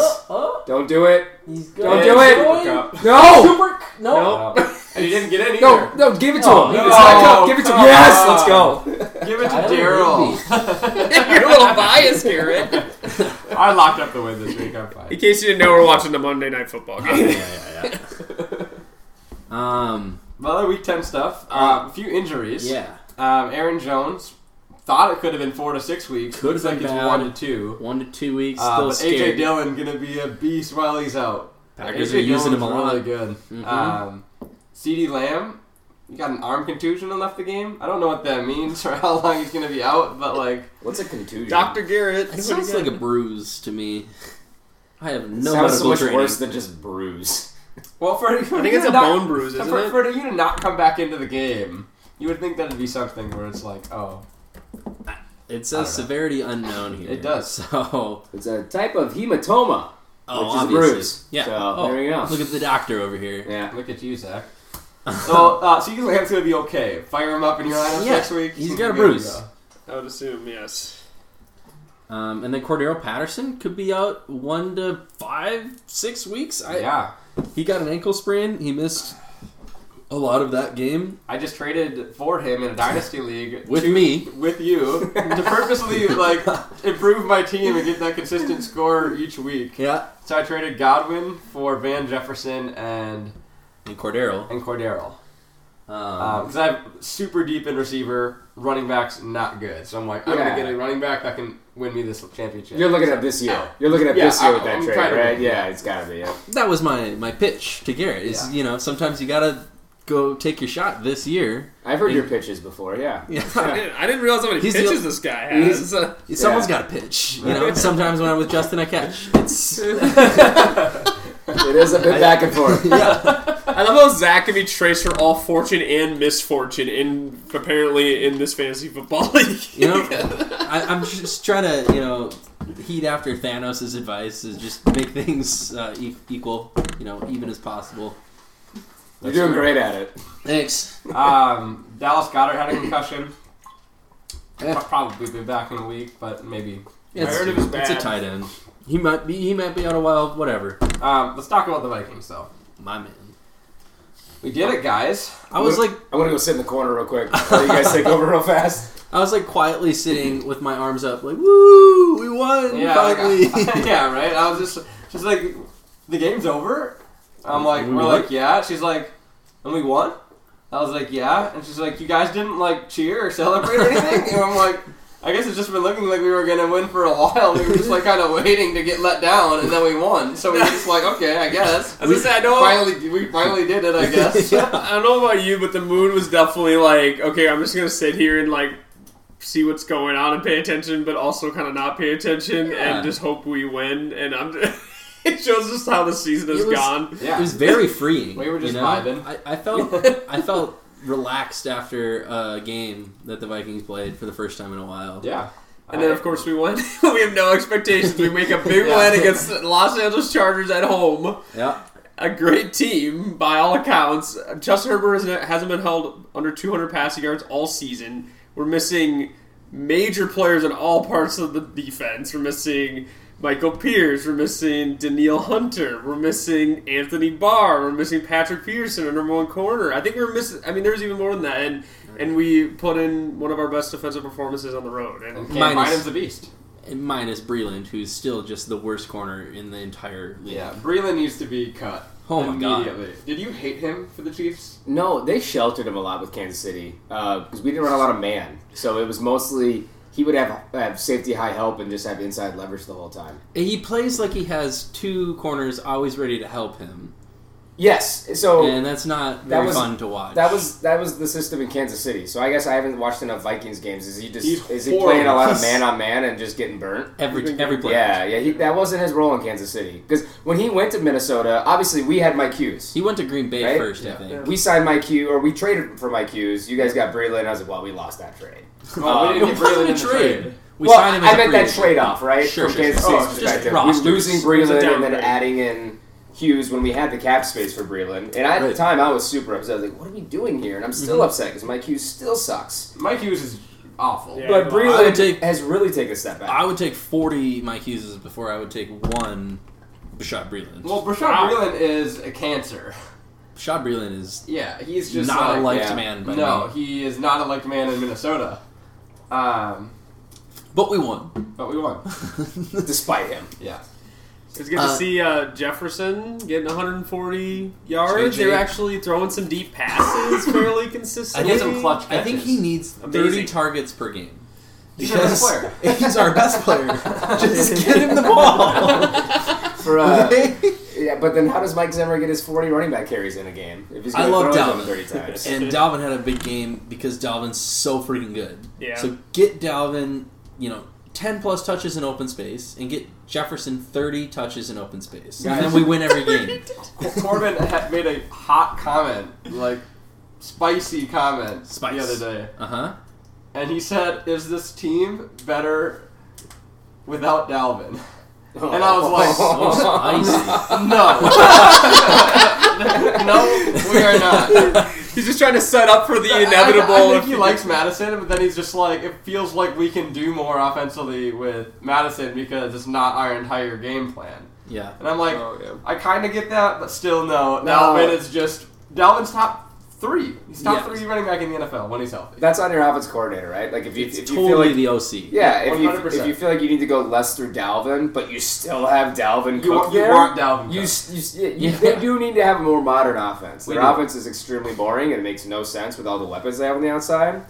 Don't do it. He's good. Don't Yeah, do it. Cooper Cup. No! no. And he didn't get any. Oh. No, no, give it to Oh, him. no. It's my cup. Give it to him. Come Yes, on. let's go. Give it to Tyler Daryl. You're a little biased, Garrett. I locked up the win this week. I'm In fine. case you didn't know, we're watching the Monday Night Football game. yeah, yeah, yeah. Um, other week ten stuff. Um, a few injuries. Yeah. Um, Aaron Jones thought it could have been four to six weeks. Could Looks have like been it's bad. one to two. One to two weeks. Uh, still but scared. AJ Dillon gonna be a beast while he's out. Packers AJ are using him a Dillon's lot. Really good. Mhm. Um, CD Lamb he got an arm contusion and left the game. I don't know what that means or how long he's gonna be out, but like What's a contusion? Dr. Garrett. it sounds like a bruise to me. I have no sounds so medical much training. worse than just bruise. Well, for, for think you it's to a not- bone bruise, for- isn't for, it? for you to not come back into the game, you would think that'd be something where it's like, oh, It I don't Uh, says know. severity unknown here. It does. So, oh, It's a type of hematoma, which is obviously. a bruise. Yeah. So, oh, there we go. Look at the doctor over here. yeah. Oh. look at you, Zach. So, uh, CD Lamb's gonna be okay. Fire him up in your lineup Yeah, next week. he's He's got a good to bruise. go. I would assume, yes. Um, and then Cordero Patterson could be out one to five, six weeks. I, yeah, He got an ankle sprain. He missed a lot of that game I just traded for him in a dynasty league with to- me. with you to purposely like improve my team and get that consistent score each week. Yeah. So I traded Godwin for Van Jefferson and And Cordero. and Cordero. Um, Because I'm super deep in receiver, running backs not good. So I'm like, I'm Yeah. gonna get a running back that can win me this championship. You're looking at this year. You're looking at Yeah, this year with I'm- that I'm trade, trying to- right? Yeah, it's gotta be. Yeah. that was my, my pitch to Garrett. Is, Yeah. You know, sometimes you got to go take your shot this year. I've heard Yeah. your pitches before. Yeah. Yeah. I didn't, I didn't realize how many He's the- pitches this guy has. Someone's got to pitch. You know, sometimes when I'm with Justin, I catch. It's It is a bit back and forth. I love how Zach can be traced for all fortune and misfortune in apparently in this fantasy football league. You know, I, I'm just trying to, you know, heat after Thanos' advice is just make things uh, e- equal, you know, even as possible. You're doing great at it. Thanks. Um, Dallas Goddard had a concussion. Yeah. Pro- Probably be back in a week, but maybe. It's, heard it was it's a bad. tight end. He might be. He might be out a while. Whatever. Um, let's talk about the Vikings, though. My man. We did it, guys. I was like, I'm gonna go sit in the corner real quick. Let you guys take over real fast. I was like quietly sitting with my arms up, like, woo, we won Yeah, finally. like, yeah, right. I was just, she's like, the game's over. I'm like, We we're won? like, yeah. She's like, and we won. I was like, yeah. And she's like, you guys didn't like cheer or celebrate or anything. and I'm like, I guess it's just been looking like we were gonna win for a while. We were just like kind of waiting to get let down, and then we won. So we were just like, okay, I guess. As I said, I know, Finally, we finally did it. I guess. Yeah. I don't know about you, but the moon was definitely like, okay, I'm just gonna sit here and like see what's going on and pay attention, but also kind of not pay attention Yeah. and just hope we win. And I'm, it shows just how the season has It was- gone. Yeah. It was very freeing. We were just you know? vibing. I, I felt I felt relaxed after a game that the Vikings played for the first time in a while. Yeah. And then of course we win. we have no expectations. We make a big Yeah. win against the Los Angeles Chargers at home. Yeah. a great team by all accounts. Justin Herbert hasn't- hasn't been held under 200 passing yards all season. We're missing major players in all parts of the defense. We're missing Michael Pierce. We're missing Daniil Hunter. We're missing Anthony Barr. We're missing Patrick Peterson, our number one corner. I think we're missing. I mean, there's even more than that. And and we put in one of our best defensive performances on the road. And Okay, Minus- Biden's the beast. And minus Breland, who's still just the worst corner in the entire league. Yeah, Breland needs to be cut. Oh my God. immediately. Did you hate him for the Chiefs? No, they sheltered him a lot with Kansas City because we didn't run a lot of man, so it was mostly he would have have safety high help and just have inside leverage the whole time. He plays like he has two corners always ready to help him, Yes, Oh. so and that's not That very was- fun to watch. That was that was the system in Kansas City. So I guess I haven't watched enough Vikings games. Is he just He's is he horrible. playing a lot of He's- man on man and just getting burnt? every every play. Yeah, yeah. He, that wasn't his role in Kansas City because when he went to Minnesota, obviously we had Mike Hughes. He went to Green Bay Right? first, I Yeah. think. We signed Mike Hughes or we traded for Mike Hughes. You guys got Breland. I was like, well, we lost that trade. Well, Um, we It didn't get Uh, Breland wasn't in a the trade. trade. We well, signed him as I a meant free that agent. trade off, right? Sure, From sure, Kansas sure. City's Oh, just perspective, rosters. we're losing was a Breland and then downgrade. adding in Hughes when we had the cap space for Breland. And I, at the Right. Mm-hmm. time, I was super upset. I was like, what are we doing here? And I'm still upset because Mike Hughes still sucks. Mike Hughes is awful. Yeah. But well, I would Breland take- has really taken a step back. I would take forty Mike Hughes before I would take one. Bashad Breland. Well, Brashad Wow. Breland is a cancer. Bashad Breland is Yeah, he's just not a like, liked yeah. man. By No, me. he is not a liked man in Minnesota. Um, but we won. but we won. yeah, Despite him, Yeah. It's good to Uh, see uh, Jefferson getting 140 yards. JJ. They're actually throwing some deep passes fairly And consistently. he has some clutch I catches. think he needs Amazing. 30 targets per game. He's our best Because he's our best player. Just get him the ball. For, uh, Okay? yeah, but then how does Mike Zimmer get his 40 running back carries in a game if he's I going to love throw them Dalvin. 30 times? And Dalvin had a big game because Dalvin's so freaking good. Yeah. So get Dalvin, you know, 10 plus touches in open space and get Jefferson 30 touches in open space. Guys. And then we win every game. Corbin had made a hot comment, like spicy comment Spice. the other day. Uh huh. And he said, Is this team better without Dalvin? And I was like, So spicy. No. no, we are not. He's just trying to set up for the inevitable. I, I think he likes Madison, but then he's just like, it feels like we can do more offensively with Madison because it's not our entire game plan. Yeah. And I'm like, Oh, yeah. I kind of get that, but still no. No. Dalvin is just Dalvin's top three. He's top Yes. three running back in the NFL when he's healthy. That's on your offense coordinator, right? Like if you, It's if you totally feel like the OC. yeah, if you, 100%. if you feel like you need to go less through Dalvin, but you still have Dalvin You Cook want, you there, want Dalvin. You, Cook. s- you, s- yeah, you Yeah. they do need to have a more modern offense. We Their do. offense is extremely boring and it makes no sense with all the weapons they have on the outside.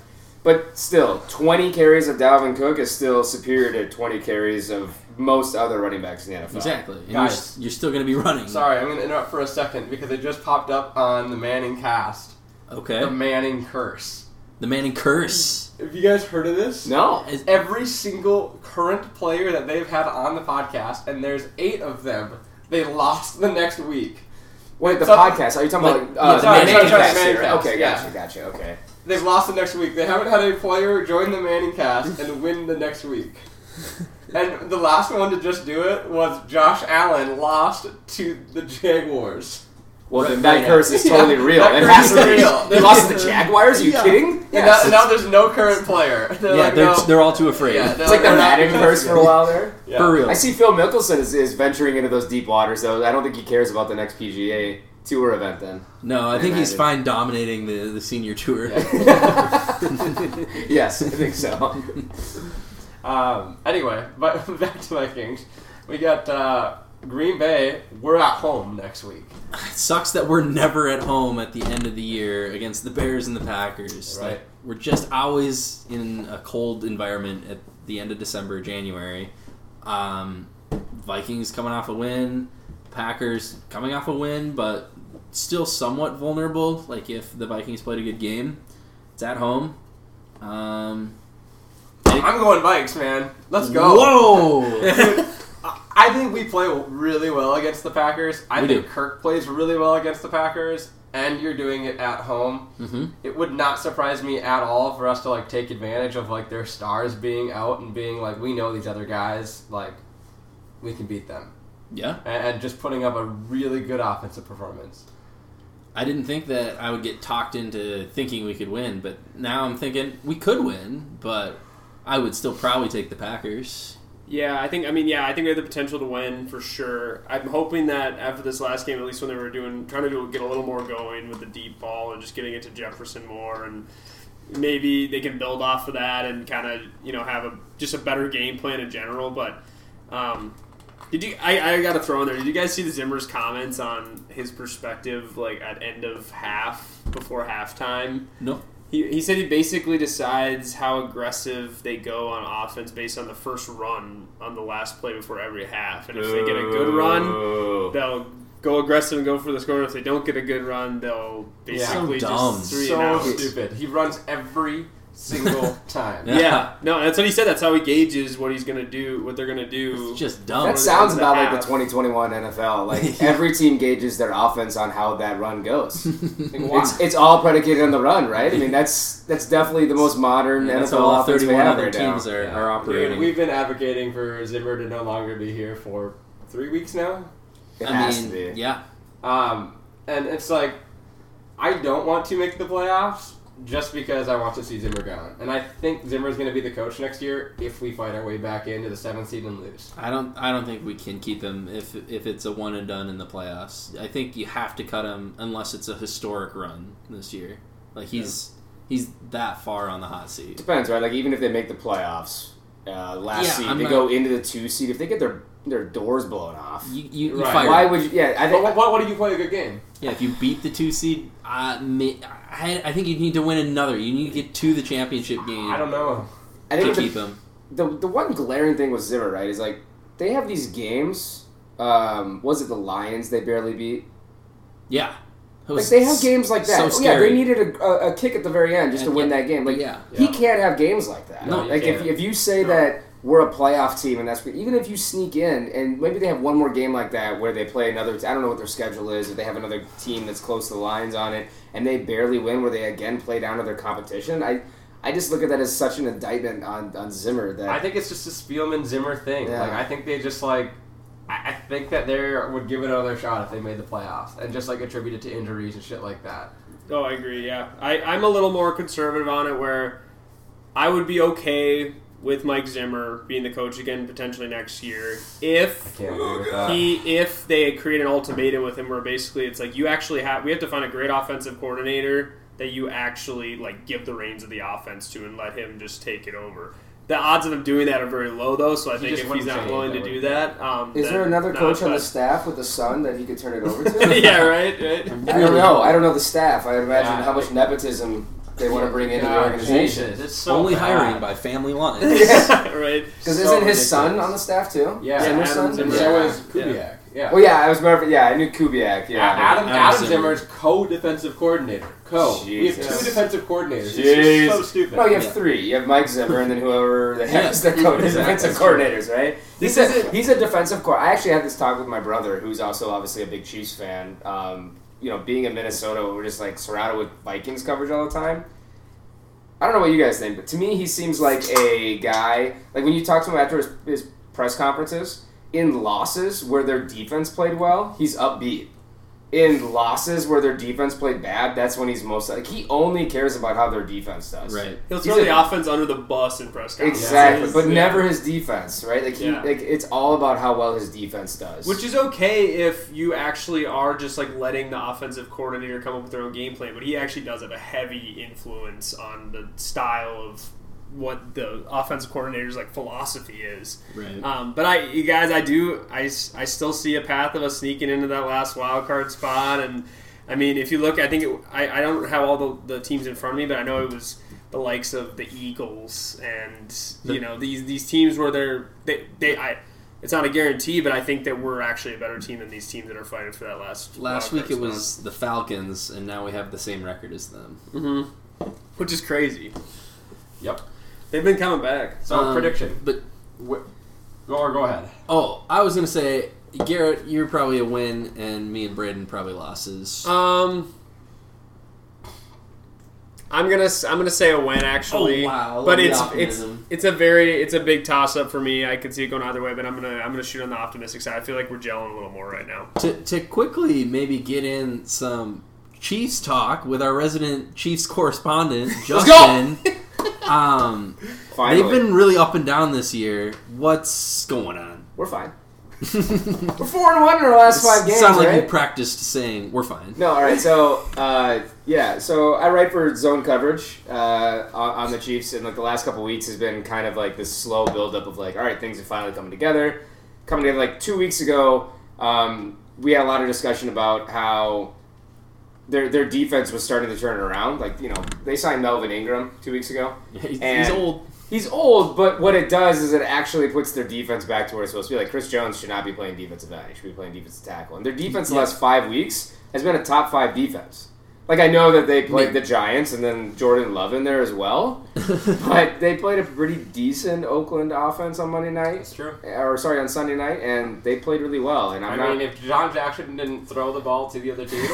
But still, 20 carries of Dalvin Cook is still superior to 20 carries of most other running backs in the NFL. Exactly. And you're, Guys. s- you're still going to be running. Sorry, I'm going to interrupt for a second because it just popped up on the Manning cast. Okay. The Manning curse. The Manning curse. Have you guys heard of this? No. Is- Every single current player that they've had on the podcast, and there's eight of them, they lost the next week. Wait, the So- podcast. Are you talking Like- about sorry, uh, the sorry, Manning sorry, cast Manning here? cast, Okay, yeah. gotcha, gotcha, okay. They've lost the next week. They haven't had a player join the Manning cast and win the next week. And the last one to just do it was Josh Allen lost to the Jaguars. Well, Right, then that right. curse is totally Yeah, real. that It curse has is to be. real. You lost to the Jaguars? Are you Yeah. kidding? And Yes. now, now there's no current player. They're yeah, like, they're, no. they're all too afraid. Yeah, no, It's like the they're not- Madden curse for a while there. Yeah. For real. I see Phil Mickelson is, is venturing into those deep waters, though. I don't think he cares about the next PGA Tour event then. No, I think he's fine Imagine. dominating the, the senior tour. yes, I think so. Um, anyway, but back to Vikings. We got uh, Green Bay. We're at home next week. It sucks that we're never at home at the end of the year against the Bears and the Packers. Right. Like, we're just always in a cold environment at the end of December, January. Um, Vikings coming off a win, Packers coming off a win, but still somewhat vulnerable. Like if the Vikings played a good game, it's at home. Um, I'm going Vikes, man. Let's go. Whoa! I think we play really well against the Packers. I We think do. Kirk plays really well against the Packers, and you're doing it at home. hmm It would not surprise me at all for us to like take advantage of like their stars being out and being like, we know these other guys, like we can beat them, Yeah. and, and just putting up a really good offensive performance. I didn't think that I would get talked into thinking we could win, but now I'm thinking we could win, but I would still probably take the Packers. Yeah, I think. I mean, yeah, I think we have the potential to win for sure. I'm hoping that after this last game, at least when they were doing trying to do, get a little more going with the deep ball and just getting it to Jefferson more, and maybe they can build off of that and kind of you know have a just a better game plan in general. But um, did you? I, I got to throw in there. Did you guys see the Zimmer's comments on his perspective, like at end of half before halftime? No. He, he said he basically decides how aggressive they go on offense based on the first run on the last play before every half. And if they get a good run, they'll go aggressive and go for the score. If they don't get a good run, they'll basically So dumb. just three and so out. stupid. He runs every single time. Yeah. Yeah. no, that's what he said. That's how he gauges what he's gonna do, what they're gonna do. It's just dumb. That That's- sounds about like the Half. 2021 NFL. Like every team gauges their offense on how that run goes. Like, why? It's, it's all predicated on the run, right? I mean, that's that's definitely the most modern Yeah, that's NFL how all offense we 31 have other right now. teams are, Yeah. are operating. We've been advocating for Zimmer to no longer be here for three weeks now. It I has mean, to be. yeah. Um, and it's like, I don't want to make the playoffs just because I want to see Zimmer gone. And I think Zimmer's going to be the coach next year if we fight our way back into the seventh seed and lose. I don't. I don't think we can keep him if if it's a one and done in the playoffs. I think you have to cut him unless it's a historic run this year. Like he's he's that far on the hot seat. Depends, right? Like even if they make the playoffs, uh, last Yeah, seed. I'm they not- go into the two seed. If they get their their doors blown off, You, you, you Right. fire. why would you? Yeah, I But think. what, what, what did you play a good game? Yeah, if you beat the two seed, I, may, I, I think you need to win another. You need to get to the championship game I don't know. I to think keep the, them. the the one glaring thing with Zimmer, right, is like they have these games. Um, was it the Lions they barely beat? Yeah, It Like was they have games like that. So Oh, yeah, scary. they needed a, a, a kick at the very end just And to win yeah, that game. Like yeah. he Yeah. can't have games like that. No, like you if, can't. if you say No. that we're a playoff team and that's even if you sneak in and maybe they have one more game like that where they play another. I don't know what their schedule is. If they have another team that's close to the lines on it and they barely win, where they again play down to their competition, I. I just look at that as such an indictment on, on Zimmer that I think it's just a Spielman Zimmer thing. Yeah. Like I think they just like I, I think that they would give it another shot if they made the playoffs and just like attribute it to injuries and shit like that. Oh, I agree. Yeah, I, I'm a little more conservative on it. Where I would be okay with Mike Zimmer being the coach again potentially next year if Can't agree with that. he if they create an ultimatum with him where basically it's like you actually have we have to find a great offensive coordinator that you actually like give the reins of the offense to and let him just take it over. The odds of him doing that are very low though, so I think just if he's wouldn't not change, willing I to would- do that, um, Is then there another not, coach on but- the staff with a son that he could turn it over to? yeah, right, right. I don't know. I don't know the staff. I imagine Yeah. how much nepotism they want to bring into the God, organization. Jesus, It's so Only bad. hiring by family lines. right. Because So isn't his son ridiculous. on the staff too? Yeah, Zimmer's son. Adam Zimmer. So Yeah. is Kubiak. Yeah. Well, yeah, I was remember. Yeah, I knew Kubiak. Yeah, Adam Adam, Adam Zimmer. Zimmer's co-defensive coordinator. Co. We have Jesus. two defensive coordinators. Jeez. It's just so stupid. No, you have Yeah. three. You have Mike Zimmer and then whoever the heck is their coach, Exactly. defensive coordinators, right? This He's is a, it. he's a defensive core. I actually had this talk with my brother, who's also obviously a big Chiefs fan. Um, you know, being in Minnesota, we're just like surrounded with Vikings coverage all the time. I don't know what you guys think, but to me, he seems like a guy. Like when you talk to him after his, his press conferences, in losses where their defense played well, he's upbeat. In losses where their defense played bad, that's when he's most like he only cares about how their defense does. Right. He'll He's throw a- the offense under the bus in press conferences. Exactly, but Yeah. never his defense, right? Like he, Yeah. like it's all about how well his defense does. Which is okay if you actually are just like letting the offensive coordinator come up with their own game plan, but he actually does have a heavy influence on the style of what the offensive coordinator's like philosophy is. Right. Um, but I, you guys, I do, I, s- I still see a path of us sneaking into that last wild card spot. And I mean, if you look, I think it, I, I don't have all the, the teams in front of me, but I know it was the likes of the Eagles and you know these these teams where they're they, they I. It's not a guarantee, but I think that we're actually a better team than these teams that are fighting for that last. Last wild week card it spot. was the Falcons, and now we have the same record as them. which is crazy. Yep. They've been coming back. So Um, prediction. But Wh- Go or go ahead. oh, I was gonna say, Garrett, you're probably a win, and me and Braden probably losses. Um, I'm gonna s- I'm gonna say a win actually. Oh, wow. Love But the it's optimism. it's it's a very it's a big toss up for me. I could see it going either way, but I'm gonna I'm gonna shoot on the optimistic side. I feel like we're gelling a little more right now. to to quickly maybe get in some Chiefs talk with our resident Chiefs correspondent Justin. um, Finally, they've been really up and down this year. What's going on? we're fine. we're four and one in our last five games, Sound like right? you practiced saying we're fine. No, all right. So, uh, yeah. So I write for zone coverage uh, on, on the Chiefs, and like the last couple weeks has been kind of like this slow buildup of like, all right, things are finally coming together. Coming together like two weeks ago, um, we had a lot of discussion about how their their defense was starting to turn around. Like you know, they signed Melvin Ingram two weeks ago. He's, he's And- old. He's old, but what it does is it actually puts their defense back to where it's supposed to be. Like Chris Jones should not be playing defensive end; he should be playing defensive tackle. And their defense the last five weeks has been a top five defense. Like I know that they played the Giants and then Jordan Love in there as well, but they played a pretty decent Oakland offense on Monday night, true. or sorry, on Sunday night, and they played really well. And I'm I not mean, if John Jackson didn't throw the ball to the other team,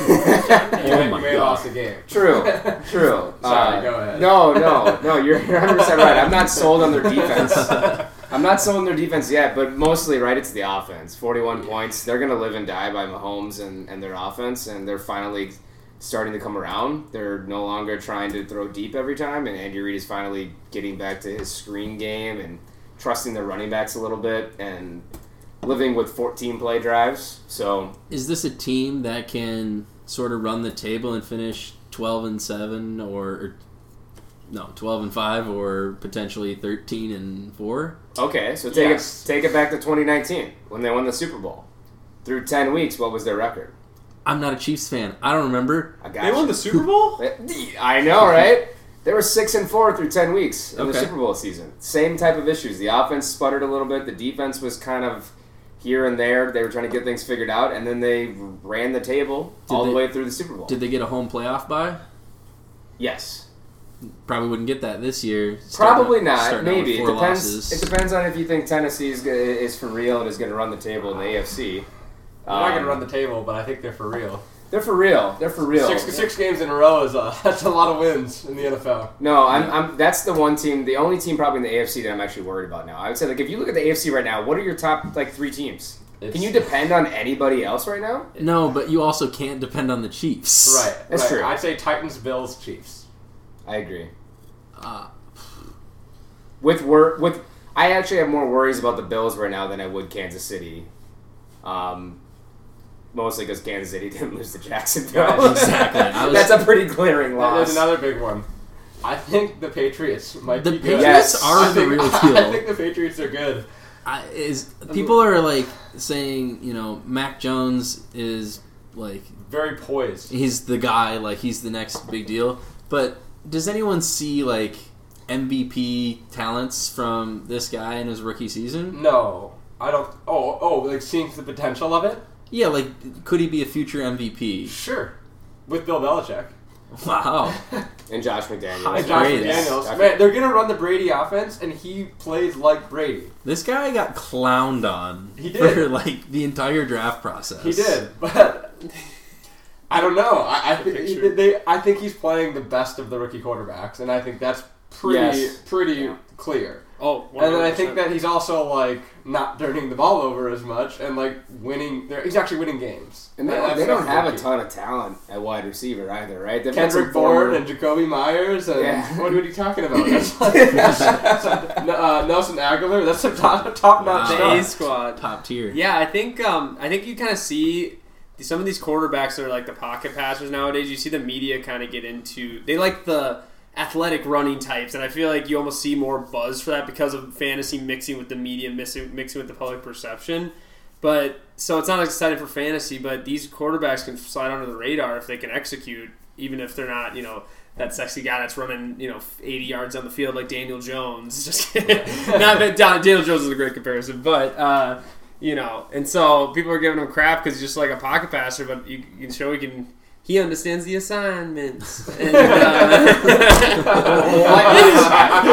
you my may have lost the game. True, true. Uh, Sorry, go ahead. No, no, no. You're 100 percent right. I'm not sold on their defense. I'm not sold on their defense yet, but mostly, right? It's the offense. 41 points. They're gonna live and die by Mahomes and and their offense, and they're finally starting to come around. They're no longer trying to throw deep every time, and Andy Reid is finally getting back to his screen game and trusting their running backs a little bit and living with 14 play drives. So Is this a team that can sort of run the table and finish twelve and seven, or, or no, 12 and 5 or potentially 13 and 4. Okay, so take Yes. it take it back to 2019 when they won the Super Bowl. Through 10 weeks, what was their record? I'm not a Chiefs fan. I don't remember. I got They won the Super Bowl? the. I know, right? They were six and four through ten weeks in the Okay. Super Bowl season. Same type of issues. The offense sputtered a little bit. The defense was kind of here and there. They were trying to get things figured out, and then they ran the table Did all they- the way through the Super Bowl. Did they get a home playoff bye? yes. Probably wouldn't get that this year. Starting Probably out- not. starting out with Maybe it four depends. losses. It depends on if you think Tennessee is, go- is for real and is going to run the table in the AFC. They're not going Um, to run the table, but I think they're for real. They're for real. They're for real. Six, six games in a row is a, that's a lot of wins in the NFL. No, I'm, I'm. That's the one team, the only team probably in the AFC that I'm actually worried about now. I would say, like, if you look at the AFC right now, what are your top like three teams? It's- Can you depend on anybody else right now? No, but you also can't depend on the Chiefs. Right. That's right. true. I'd say Titans, Bills, Chiefs. I agree. Uh, With wor- with I actually have more worries about the Bills right now than I would Kansas City. Um, mostly because Kansas City didn't lose to Jacksonville. Yeah, exactly. I was- that's a pretty glaring That- loss. There's another big one. I think the Patriots might the be Patriots good. Yes. are I the think, real I deal. think the Patriots are good. I, is people are like saying, you know, Mac Jones is like Very poised. he's the guy, like he's the next big deal. But does anyone see like MVP talents from this guy in his rookie season? No, I don't. Oh, oh, like seeing the potential of it. Yeah, like could he be a future MVP? Sure, with Bill Belichick Wow. and Josh McDaniels. Hi, and Josh Brady. McDaniels. Josh- Man, they're gonna run the Brady offense, and he plays like Brady. This guy got clowned on He did. for like the entire draft process. He did, but I don't know. I, I Picture. think they. I think he's playing the best of the rookie quarterbacks, and I think that's pretty Yes. pretty Yeah. clear. Oh, 100%. And then I think that he's also like not turning the ball over as much, and like winning. They're, he's actually winning games. And they, And don't- that's they don't not have a rookie. ton of talent at wide receiver either, right? They've got some Kendrick Bourne former- and Jacoby Myers and Yeah. what, what are you talking about? That's like, that's like, uh, Nelson Aguilar. That's a top top notch. Wow. the A squad. Top tier. Yeah, I think um, I think you kind of see some of these quarterbacks that are like the pocket passers nowadays. You see the media kind of get into they like the athletic running types, and I feel like you almost see more buzz for that because of fantasy mixing with the media, mixing mixing with the public perception. But so it's not exciting for fantasy, but these quarterbacks can slide under the radar if they can execute, even if they're not you know. That sexy guy that's running, you know, 80 yards on the field like Daniel Jones. Just kidding. not that Dan- Daniel Jones is a great comparison, but uh, you know, and so people are giving him crap because he's just like a pocket passer, but you you can show he can. He understands the assignments. And,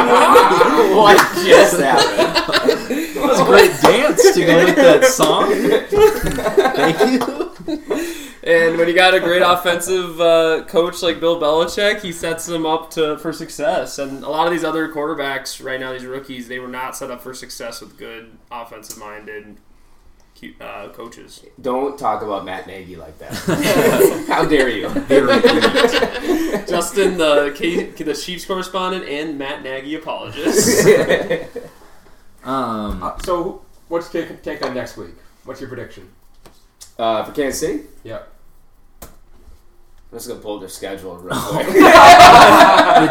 uh, what just happened? That was a great dance to go with that song. Thank you. and when you got a great offensive uh, coach like Bill Belichick, he sets them up to for success. And a lot of these other quarterbacks right now, these rookies, they were not set up for success with good offensive-minded cu- uh, coaches. Don't talk about Matt Nagy like that. How dare you? Justin, the K- the Chiefs correspondent, and Matt Nagy apologist. Um, Uh, so, what's your take, take on next week? What's your prediction? Uh, for Kansas City, Yep. I'm just gonna pull their schedule real quick. the Chiefs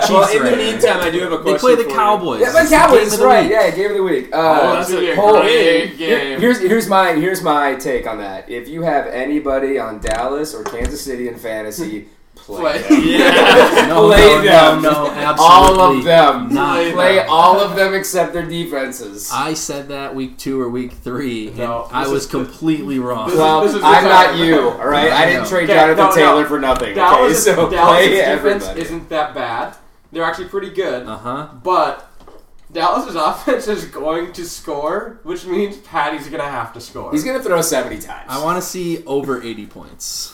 well, in the right. meantime, I do have a question. They play the for you. Cowboys. yeah, but It's the game Cowboys, of that's the right? week. Yeah, game of the week. Oh, Uh, that's gonna be a hold- great game. Here's here's my here's my take on that. If you have anybody on Dallas or Kansas City in fantasy, play. Play. them. Yeah. No, Play no, them. no, no, absolutely All of them. not. Play all of them except their defenses. I said that week two or week three, and No, I this was is- completely wrong. this is- Well, the I'm time. not you, all right? I didn't No. trade Okay, Jonathan no, no. Taylor for nothing. Okay, Dallas, so Dallas' play defense everybody. isn't that bad. They're actually pretty good, uh huh. but Dallas's offense is going to score, which means Patty's going to have to score. He's gonna throw seventy times. I want to see over eighty points.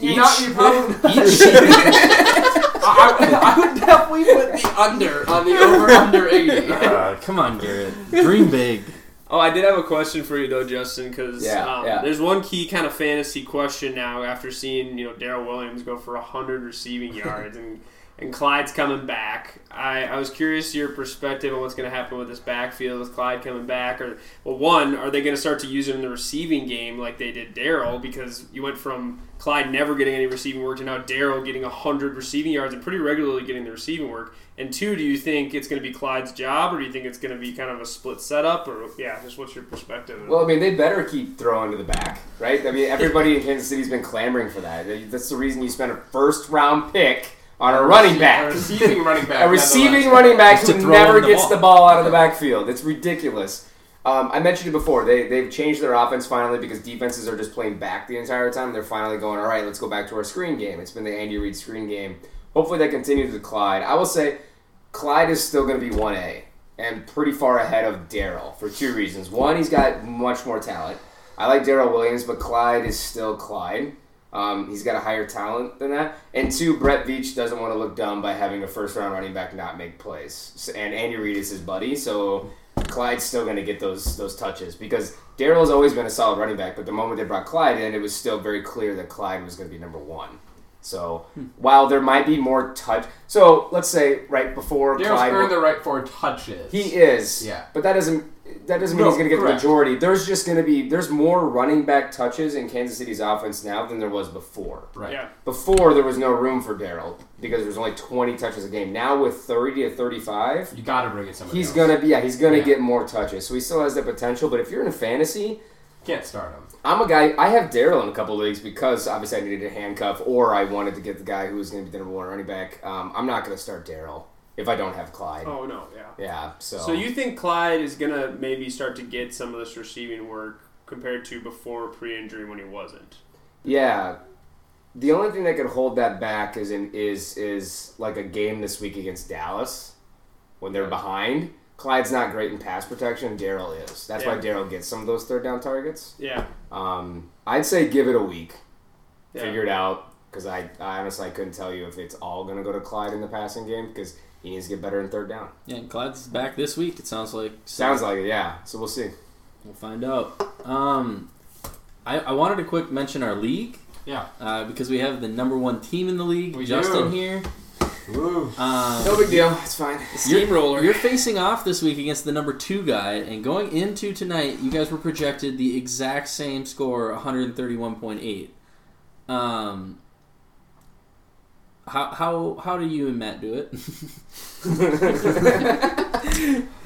you know, you probably, I, I would- I would definitely put the under on the over under 80. Come on, Garrett. Dream big. Oh, I did have a question for you though, Justin, because Yeah, um, yeah. there's one key kind of fantasy question now after seeing you know Daryl Williams go for hundred receiving yards and. and Clyde's coming back. I, I was curious your perspective on what's going to happen with this backfield with Clyde coming back. Or well, one, are they going to start to use him in the receiving game like they did Daryl? Because you went from Clyde never getting any receiving work to now Daryl getting hundred receiving yards and pretty regularly getting the receiving work. And two, do you think it's going to be Clyde's job, or do you think it's going to be kind of a split setup? Or yeah, just what's your perspective? Well, I mean, they better keep throwing to the back, right? I mean, everybody in Kansas City's been clamoring for that. That's the reason you spent a first round pick on a running back. Receiving running back. A receiving running back Just to who throw never him the gets ball. the ball out of the backfield. It's ridiculous. Um, I mentioned it before. They, they've changed their offense finally because defenses are just playing back the entire time. They're finally going, all right, let's go back to our screen game. It's been the Andy Reid screen game. Hopefully that continues with Clyde. I will say Clyde is still going to be 1A and pretty far ahead of Daryl for two reasons. One, he's got much more talent. I like Daryl Williams, but Clyde is still Clyde. Um, he's got a higher talent than that. And two, Brett Veach doesn't want to look dumb by having a first round running back not make plays. S- And Andy Reid is his buddy, so Clyde's still going to get those those touches because Daryl's always been a solid running back. But the moment they brought Clyde in, it was still very clear that Clyde was going to be number one. So while there might be more touch, so let's say right before Daryl's Clyde, earned the right for touches. he is. Yeah. But that doesn't that doesn't mean No, he's going to get correct. the majority. There's just going to be there's more running back touches in Kansas City's offense now than there was before. right. yeah, Before there was no room for Daryl because there was only 20 touches a game. Now with 30 to 35, You got to bring in somebody. he's else. going to be yeah, he's going to Yeah. get more touches. So he still has the potential, but if you're in a fantasy, Can't start him. I'm a guy. I have Daryl in a couple leagues because obviously I needed a handcuff, or I wanted to get the guy who was going to be the number one running back. Um, I'm not going to start Daryl if I don't have Clyde. oh no, yeah. Yeah, so So you think Clyde is gonna maybe start to get some of this receiving work compared to before pre-injury when he wasn't? Yeah. The only thing that could hold that back is in, is is like a game this week against Dallas when they're behind. Clyde's not great in pass protection. Daryl is. That's why Yeah. Daryl gets some of those third down targets. Yeah, Um, I'd say give it a week, yeah. figure it out, because I, I honestly I couldn't tell you if it's all going to go to Clyde in the passing game because he needs to get better in third down. Yeah, Clyde's back this week. It sounds like Sounds like it, yeah. So we'll see. We'll find out. Um, I, I wanted to quick mention our league. Yeah. Uh, because we have the number one team in the league, We Justin do. here. Woo. Um, No big deal. It's fine. Steamroller. You're facing off this week against the number two guy, and going into tonight, you guys were projected the exact same score, 131.8. Um, how how how do you and Matt do it?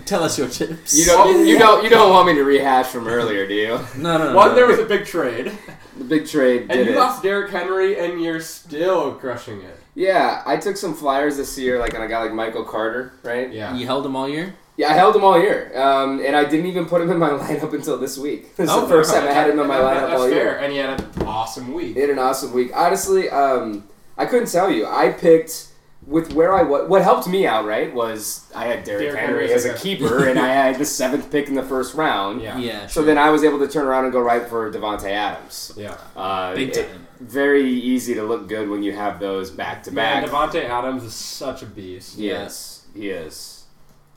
Tell us your tips. You don't you don't you don't want me to rehash from earlier, do you? no, no, no. One, no. there was a big trade, The big trade did and you it. lost Derrick Henry, and you're still crushing it. Yeah, I took some flyers this year, like on a guy like Michael Carter, right? Yeah. You held him all year. Yeah, I held him all year, um, and I didn't even put him in my lineup until this week. This is Oh, the first time I had him in my That- lineup That's all fair. year. And he had an awesome week. He had an awesome week. Honestly, um, I couldn't tell you. I picked with where I was. What helped me out, right, was I had Derrick Derrick Henry Henry as is a a- keeper, and I had the seventh pick in the first round. Yeah. Yeah. So then I was able to turn around and go right for Devonte Adams. Yeah. Uh, Big it- time. very easy to look good when you have those back to Man, back. Devonte Adams is such a beast. Yes, he is.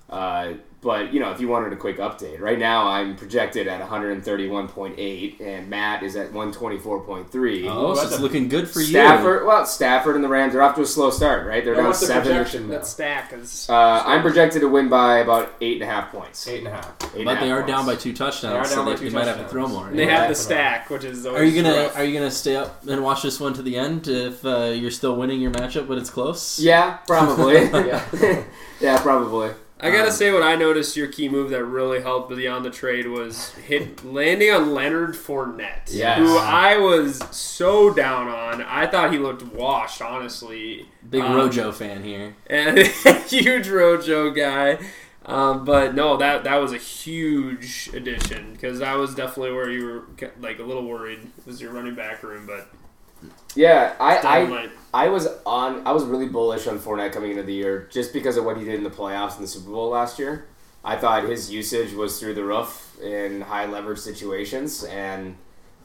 Uh, but you know, if you wanted a quick update, right now I'm projected at 131.8, and Matt is at 124.3. Oh, so it's looking good for you. Stafford, well, Stafford and the Rams are off to a slow start, right? They're And down what's the seven. projection now? That stack is. Uh, I'm projected to win by about eight and a half points. Eight and a half. Eight and a But they half are down by points. two touchdowns, They are so down by they, two they might have to touchdowns. throw more. They have Yeah. the stack, which is. Always Are you gonna rough. Are you gonna stay up and watch this one to the end if uh, you're still winning your matchup, but it's close? Yeah, probably. Yeah. yeah, probably. I gotta Um, say, what I noticed your key move that really helped beyond the trade was hit landing on Leonard Fournette, Yes. who I was so down on. I thought he looked washed, honestly. Big Um, Rojo fan here. and huge Rojo guy. Um, but no, that that was a huge addition because that was definitely where you were ca- like a little worried was your running back room, but Yeah, I, I, dynamite. I was on. I was really bullish on Fournette coming into the year just because of what he did in the playoffs and the Super Bowl last year. I thought his usage was through the roof in high leverage situations, and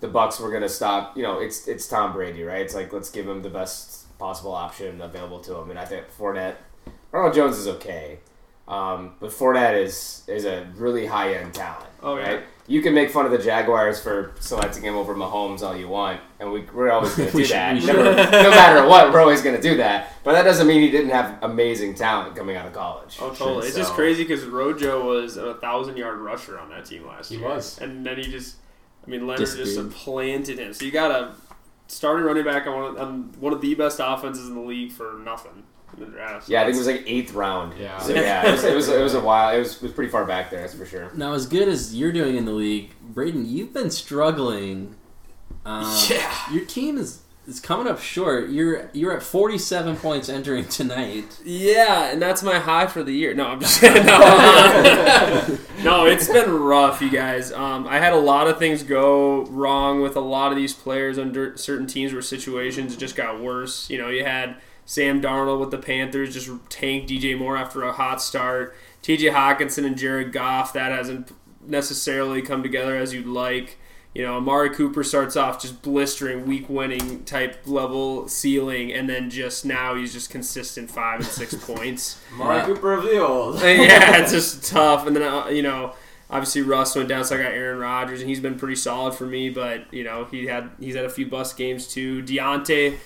the Bucks were going to stop. You know, it's it's Tom Brady, right? It's like let's give him the best possible option available to him, and I think Fournette. Ronald Jones is okay, Um, but Fournette is is a really high end talent. Oh, yeah. right? You can make fun of the Jaguars for selecting him over Mahomes all you want, and we, we're always going to We do should- that. we should. Never- no matter what, we're always going to do that. But that doesn't mean he didn't have amazing talent coming out of college. Oh, totally. It's just So- crazy because Rojo was a thousand yard rusher on that team last He year. was. And then he just, I mean, Leonard Disappeared. just planted him. So you got a starting running back on one, of, on one of the best offenses in the league for nothing in the draft. Yeah, I think it was like eighth round. Yeah. So, yeah, it was, it was, it was a while. It was, it was pretty far back there, that's for sure. Now, as good as you're doing in the league, Braden, you've been struggling. Um, Yeah. Your team is is coming up short. You're you're at 47 points entering tonight. Yeah, and that's my high for the year. No, I'm just kidding. No, no it's been rough, you guys. Um, I had a lot of things go wrong with a lot of these players under certain teams where situations just got worse. You know, you had Sam Darnold with the Panthers just tank DJ Moore after a hot start. TJ Hawkinson and Jared Goff, that hasn't necessarily come together as you'd like. You know, Amari Cooper starts off just blistering, weak winning type level ceiling, and then just now he's just consistent five and six points. Mari Yeah. Cooper of the old. yeah, it's just tough. And then uh, you know, obviously Russ went down, so I got Aaron Rodgers, and he's been pretty solid for me. But you know, he had he's had a few bust games too. Deontay,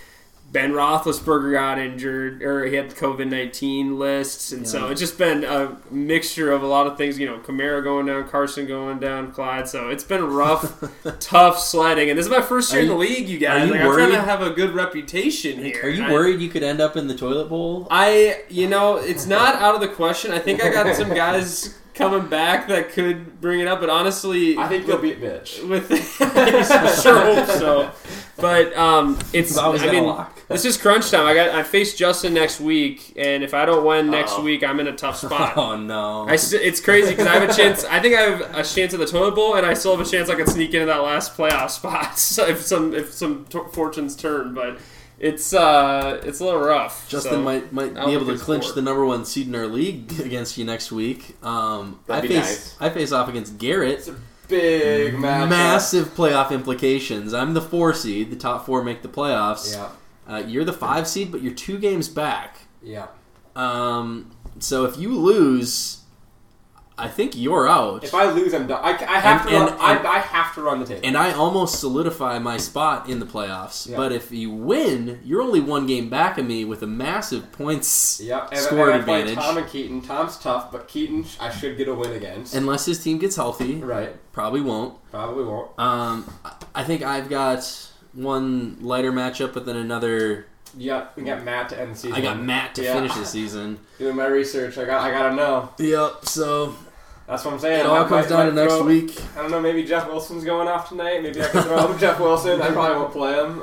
Ben Roethlisberger got injured, or he had COVID nineteen lists, and so Yeah. it's just been a mixture of a lot of things. You know, Kamara going down, Carson going down, Clyde. So it's been rough, tough sledding. And this is my first year Are in the you- league, you guys. you like, I'm trying worried? to have a good reputation here. Are you and I- worried you could end up in the toilet bowl? I, you know, it's not out of the question. I think I got some guys coming back that could bring it up, but honestly, I think you'll beat Mitch. with I sure hope so. But um, it's I was I gonna mean, lock. this is crunch time. I got I face Justin next week, and if I don't win next Uh-oh. week, I'm in a tough spot. Oh no! I s it's crazy because I have a chance. I think I have a chance at the toilet bowl, and I still have a chance I could sneak into that last playoff spot so if some if some t- fortunes turn. But it's uh it's a little rough. Justin so. might might I don't be able think to it's clinch four. the number one seed in our league against you next week. Um, I That'd face be nice. I face off against Garrett. Big match. Massive playoff implications. I'm the four seed. The top four make the playoffs. Yeah. Uh, you're the five seed, but you're two games back. Yeah. Um, so if you lose, I think you're out. If I lose, I'm done. I, I have And- to. and- run, I, I have to run the table. and I almost solidify my spot in the playoffs. Yeah. But if you win, you're only one game back of me with a massive points Yep. And, score and I play advantage. Tom and Keaton. Tom's tough, but Keaton, sh- I should get a win against. Unless his team gets healthy, right. probably won't. Probably won't. Um, I- I think I've got one lighter matchup, but then another. Yep. We got Matt to end the season. I got Matt to Yeah. finish the season. Doing my research. I got. I gotta know. Yep. So That's what I'm saying. it all I comes might- down to might next throw- week. I don't know. Maybe Jeff Wilson's going off tonight. Maybe I can throw up Jeff Wilson. I probably won't play him.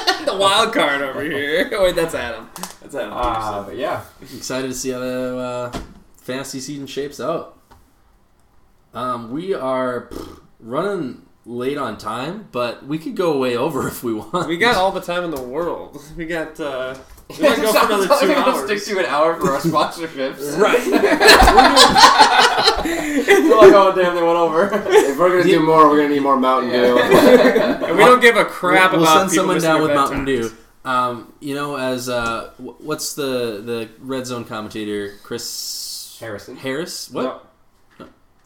Um, the wild card over here. Wait, that's Adam. That's Adam. Ah. uh, but yeah. Excited to see how the uh, fantasy season shapes out. Um, we are pff, running late on time, but we could go way over if we want. we got all the time in the world. We got. Uh, we It might go for another sounds like two we're gonna hours. Stick to an hour for our sponsorships. right. We're like, oh damn, they went over. If we're going to do more, we're going to need more Mountain Dew. and we don't give a crap we'll, send about. people someone missing down their with Mountain bedtimes. Dew. Um, you know, as uh, wh- what's the the red zone commentator Chris Harrison. Harris? What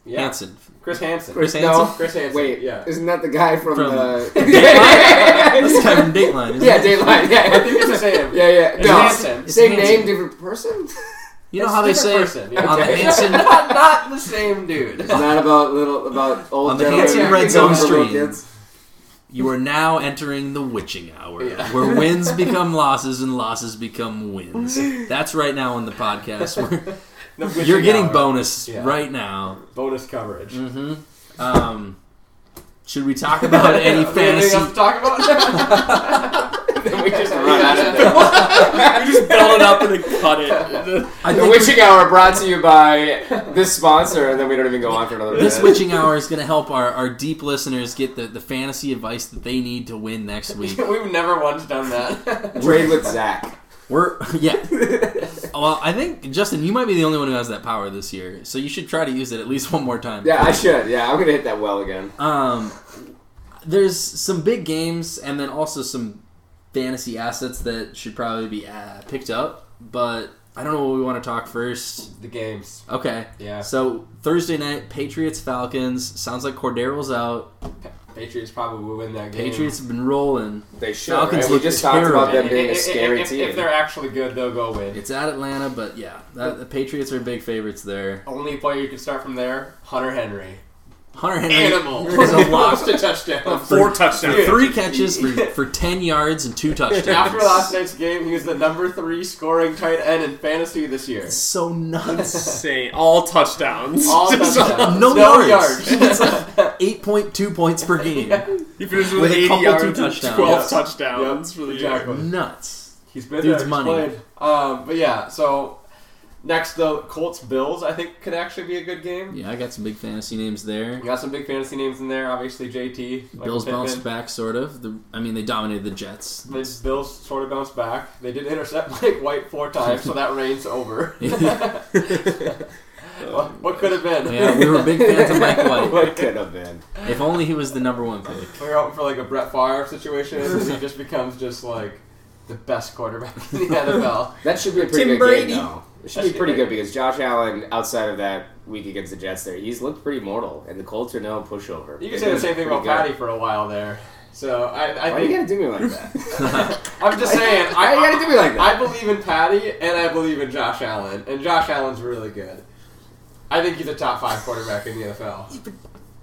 Yeah. Hanson? Chris Hansen. Chris Hansen. No. Chris Hansen. Wait, yeah. isn't that the guy from, From- the. That's the guy from Dateline. Isn't yeah, it? Dateline. I think Yeah, it's the same. yeah. yeah. It's No. Hansen. It's Same Hanson. name, different person? You know It's how they say different person, yeah. on the Okay. Hanson not, not the same dude. It's not about little about old On the gentlemen Hanson Red who Zone go for little stream. kids. You are now entering the witching hour, Yeah. where wins become losses and losses become wins. That's right now on the podcast. We're- No, You're getting bonus bonus Yeah. right now. bonus coverage. hmm Um, should we talk about any Anything fantasy? else to talk about? Then we just run out of there. We just build it up and then cut it. I The think Witching Hour brought to you by this sponsor, and then we don't even go on for another this minute. witching hour is going to help our, our deep listeners get the, the fantasy advice that they need to win next week. We've never once done that. Trade with Zach. We're yeah. Well, I think Justin, you might be the only one who has that power this year, so you should try to use it at least one more time. Yeah, I should. Yeah, I'm gonna hit that well again. Um, there's some big games, and then also some fantasy assets that should probably be uh, picked up. But I don't know what we want to talk first. The games. Okay. Yeah. So Thursday night, Patriots Falcons. Sounds like Cordero's out. Patriots probably will win that game. Patriots have been rolling. They should. Falcons Right? We look just talked terrible. about them If, being a if- scary if- team. if they're actually good, they'll go win. It's at Atlanta, but yeah, that, the Patriots are big favorites there. Only player you can start from there, Hunter Henry. Hunter Henry Animal. was a loss lost a touchdown. Four touchdowns. for three catches for, for ten yards and two After touchdowns. last night's game, he was the number three scoring tight end in fantasy this year. so nuts. Insane. All touchdowns. All Just- touchdowns. No yards. yards. Eight point two points per game. He finished With with, a 80 couple yards two and touchdowns. 12 Yeah. touchdowns for the year. Exactly. Nuts. He's been Dude's there. money. He's played. Um, but yeah, so next the Colts Bills I think could actually be a good game. Yeah, I got some big fantasy names there. We got some big fantasy names in there. Obviously JT. Michael Bills Pittman. bounced back, sort of. The, I mean, they dominated the Jets. The Bills sort of bounced back. They did intercept Mike White four times, so that reign's over. yeah, what, what could have been? we were big fans of Mike White. what could have been? If only he was the number one pick. We We're hoping for like a Brett Favre situation, and he just becomes just like the best quarterback in the NFL. That should be a pretty Tim good Brady. game, though. It should That be should pretty be- good because Josh Allen, outside of that week against the Jets, there he's looked pretty mortal, and the Colts are no pushover. They've You can say the been same pretty thing about good. Patty for a while there. So I, I Why do you gotta think do me like that? I'm just saying Why I, you gotta do me like that? I believe in Patty and I believe in Josh Allen, and Josh Allen's really good. I think he's a top five quarterback in the NFL.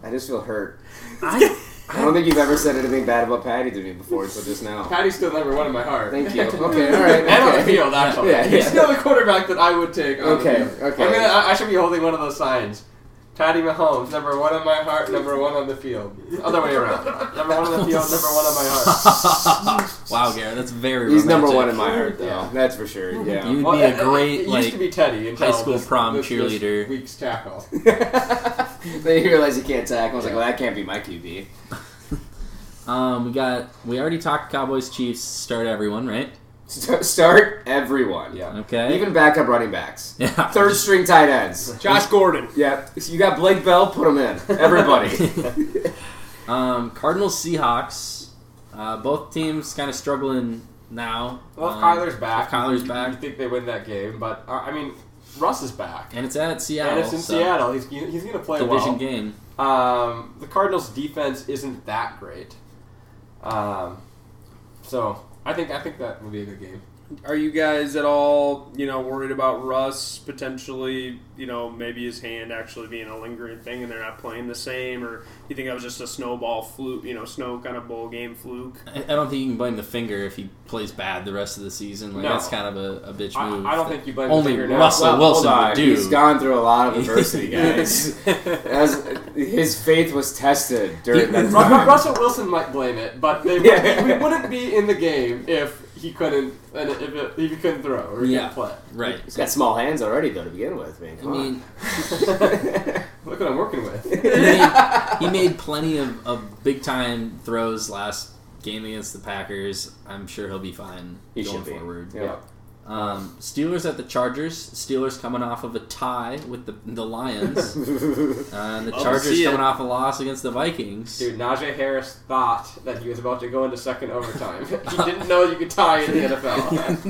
I just feel hurt. I, I don't think you've ever said anything bad about Patty to me before until just now. Patty's still number one in my heart. Thank you. Okay, all right. And on the okay. field, actually. Yeah, He's yeah. still the quarterback that I would take. On Okay, The field. okay. I'm gonna, I, I should be holding one of those signs. Patty Mahomes, number one on my heart, number one on the field. Other way around. Number one on the field, number one on my heart. wow, Garrett, that's very. He's number romantic. one in my heart, though. Yeah. That's for sure. Yeah. You'd Well, be it- a it great used like. to be Teddy until high school this- prom this- this cheerleader. week's tackle. then you realize you can't tackle. I was like, well, that can't be my QB. Um, we got. We already talked Cowboys Chiefs. Start everyone, right? St- Start everyone. Yeah. Okay. Even backup running backs. yeah. Third string tight ends. Josh Gordon. Yep. If you got Blake Bell, put him in. Everybody. Um, Cardinals Seahawks. Uh, both teams kind of struggling now. Well, if Um, Kyler's back, if Kyler's you- back. You think they win that game? But uh, I mean, Russ is back, and it's at Seattle. and it's in so Seattle. He's he's gonna play Division well. game. Um, the Cardinals' defense isn't that great. Um, so I think I think that would be a good game. Are you guys at all, you know, worried about Russ potentially, you know, maybe his hand actually being a lingering thing and they're not playing the same, or you think that was just a snowball fluke, you know, snow kind of bowl game fluke? I I don't think you can blame the finger if he plays bad the rest of the season. Like No. that's kind of a, a bitch I, move. I don't think you blame only the finger Russell Well, Wilson hold on. would do. He's gone through a lot of adversity, guys. now. As his faith was tested during that Ru- time. Ru- Russell Wilson might blame it, but they Yeah. we wouldn't be in the game if he couldn't and if, it, if he couldn't throw or he Yeah. couldn't play. right. He's got small hands already, though, to begin with, man. I Come on. mean, Look what I'm working with. he made, he made plenty of, of big time throws last game against the Packers. I'm sure he'll be fine He going should be. forward. Yeah. Um, Steelers at the Chargers. Steelers coming off of a tie with the the Lions. uh, and the Love to Chargers see it. coming off a loss against the Vikings. Dude, Najee Harris thought that he was about to go into second overtime. he didn't know you could tie in the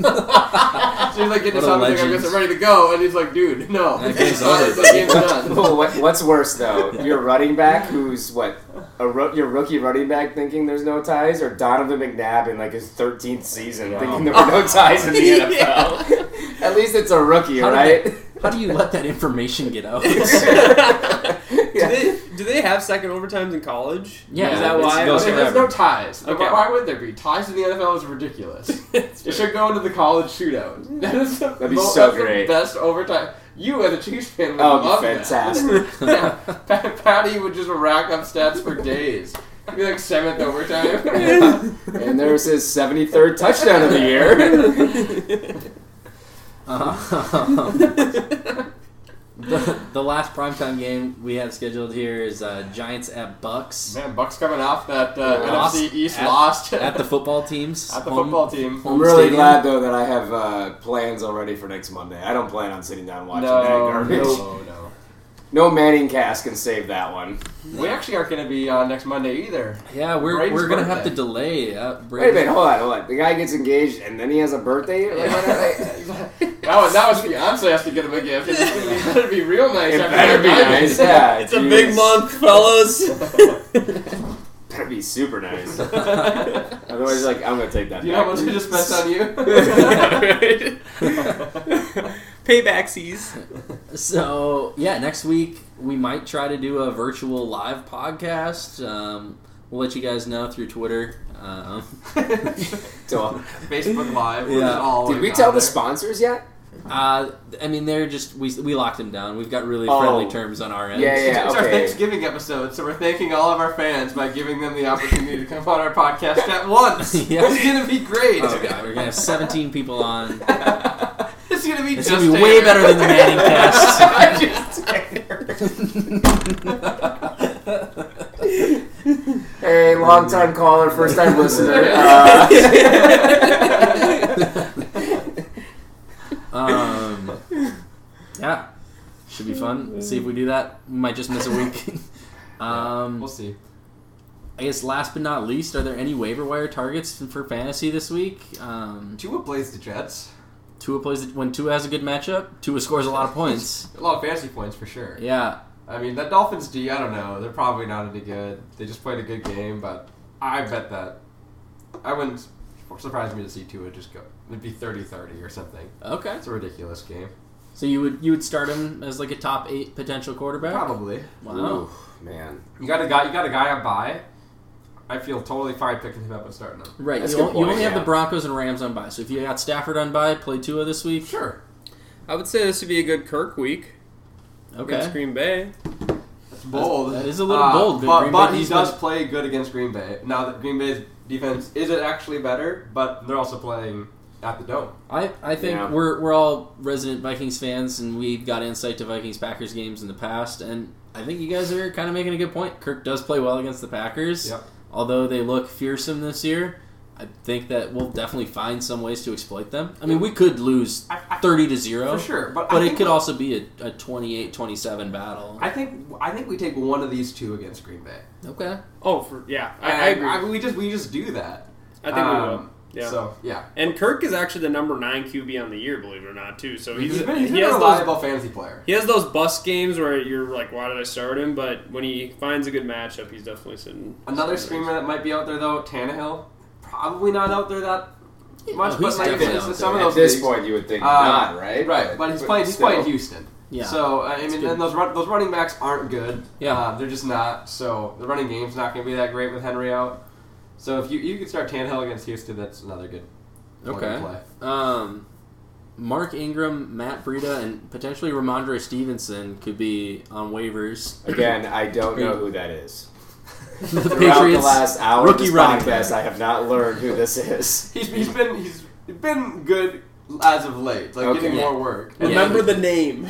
NFL. so he's like getting What a his outfit, like, I legend. guess I'm ready to go, and he's like, dude, no. That game's over. the game's done. well, what, what's worse though, your running back, who's what, a ro- your rookie running back, thinking there's no ties, or Donovan McNabb in like his 13th season, Yeah. thinking there were no ties in the NFL. At least it's a rookie, How did right? How do you let that information get out? Do, Yeah. they, do they have second overtimes in college? Yeah, Is that it's- why? it goes Okay, there's forever. no ties. Okay. Why would there be? Ties in the NFL is ridiculous. it should go into the college shootout. That is the, That'd be mo- so that's the great. best overtime. You as a Chiefs fan would Oh, it'd be love fantastic. that. yeah, Pat- Patty would just rack up stats for days. It'd be like seventh overtime. and there's his 73rd touchdown of the year. Um, the, the last primetime game we have scheduled here is uh, Giants at Bucks Man, Bucks coming off that uh, Lost NFC East at- lost at the football teams. at the home- football team. home I'm really stadium. glad though that I have uh, plans already for next Monday. I don't plan on sitting down and watching that No, garbage. no, no. No Manning cast can save that one. We actually aren't going to be on next Monday either. Yeah, we're, Brady's we're gonna have to birthday. delay. Uh, Wait a Brady's- minute, hold on, hold on. The guy gets engaged and then he has a birthday. Like, what are they- I Now, now his fiance has to get him a gift. It's gonna be, it better be real nice. It after better be that. nice. Yeah, It's a dude, big it's- month, fellas. Better be super nice. Otherwise, like I'm gonna take that. Do you know back. how much I just spent on Right? you? Payback sees. So yeah, next week we might try to do a virtual live podcast. Um, we'll let you guys know through Twitter. Um, So, Facebook Live. We're Yeah. just all did we on tell the there. sponsors yet? uh, I mean, they're just we we locked them down. We've got really Oh. friendly terms on our end. Yeah, yeah. It's our okay. Thanksgiving episode, so we're thanking all of our fans by giving them the opportunity to come on our podcast at once. Yeah. It's gonna be great. Oh god, we're gonna have 17 people on. It's gonna be It's just gonna be way Taylor. better than the Manning cast. Just Hey, long time caller, first time listener. Uh. Uh, Um, yeah, should be fun. We'll see if we do that. We might just miss a week. We'll um, see. I guess last but not least, are there any waiver wire targets for fantasy this week? Um, Tua plays the Jets. Tua plays when Tua has a good matchup. Tua scores a lot of points. A lot of fantasy points for sure. Yeah, I mean, that Dolphins D, I don't know. They're probably not any good. They just played a good game, but I bet that. I wouldn't surprise me to see Tua just go. It'd be 30 30 or something. okay. That's a ridiculous game. So you would you would start him as like a top eight potential quarterback? Probably. Wow. man. You got a guy. You got a guy on buy. I feel totally fine picking him up and starting him. Right, That's you, a good on- you point, only have yeah. the Broncos and Rams on bye. So if you got Stafford on bye, play Tua this week. Sure. I would say this would be a good Kirk week against Okay. Green Bay. That's bold. Ah, that is a little bold, but But, Green but Bay- he he's does been- play good against Green Bay. Now that Green Bay's defense isn't actually better, but they're also playing at the dome. I, I think Yeah. we're we're all resident Vikings fans, and we've got insight to Vikings Packers games in the past, and I think you guys are kind of making a good point. Kirk does play well against the Packers, Yep. although they look fearsome this year. I think that we'll definitely find some ways to exploit them. I mean, we could lose I, I, thirty to zero, for sure. But, but it I think could also be a, a 28-27 battle. I think I think we take one of these two against Green Bay. okay, Oh, for, yeah, I, I agree. I, we just we just do that. think we will. Um, Yeah. So yeah, And Kirk is actually the number nine QB on the year, believe it or not, too. So he's, he's been, he's he been a has those reliable fantasy player. He has those bust games where you're like, why did I start him? But when he finds a good matchup, he's definitely sitting. Another sitting screamer that might be out there though, Tannehill. Probably not out there that much, Oh, but he's like definitely it's- out some of At those this leagues- point, you would think Uh, not, right? right? But he's playing. He's playing still. Houston. yeah. So I mean, good. and those run, those running backs aren't good. Yeah. Uh, they're just not. So the running game's not going to be that great with Henry out. So if you you can start Tannehill against Houston, that's another good. plug and Okay. Play. Um, Mark Ingram, Matt Breida, and potentially Ramondre Stevenson could be on waivers. Again, I don't know who that is. the Throughout Patriots. the last hour rookie of this running podcast, I have not learned who this is. He's, he's been he's been good as of late, like Okay. getting Yeah. more work. Yeah. Remember the name.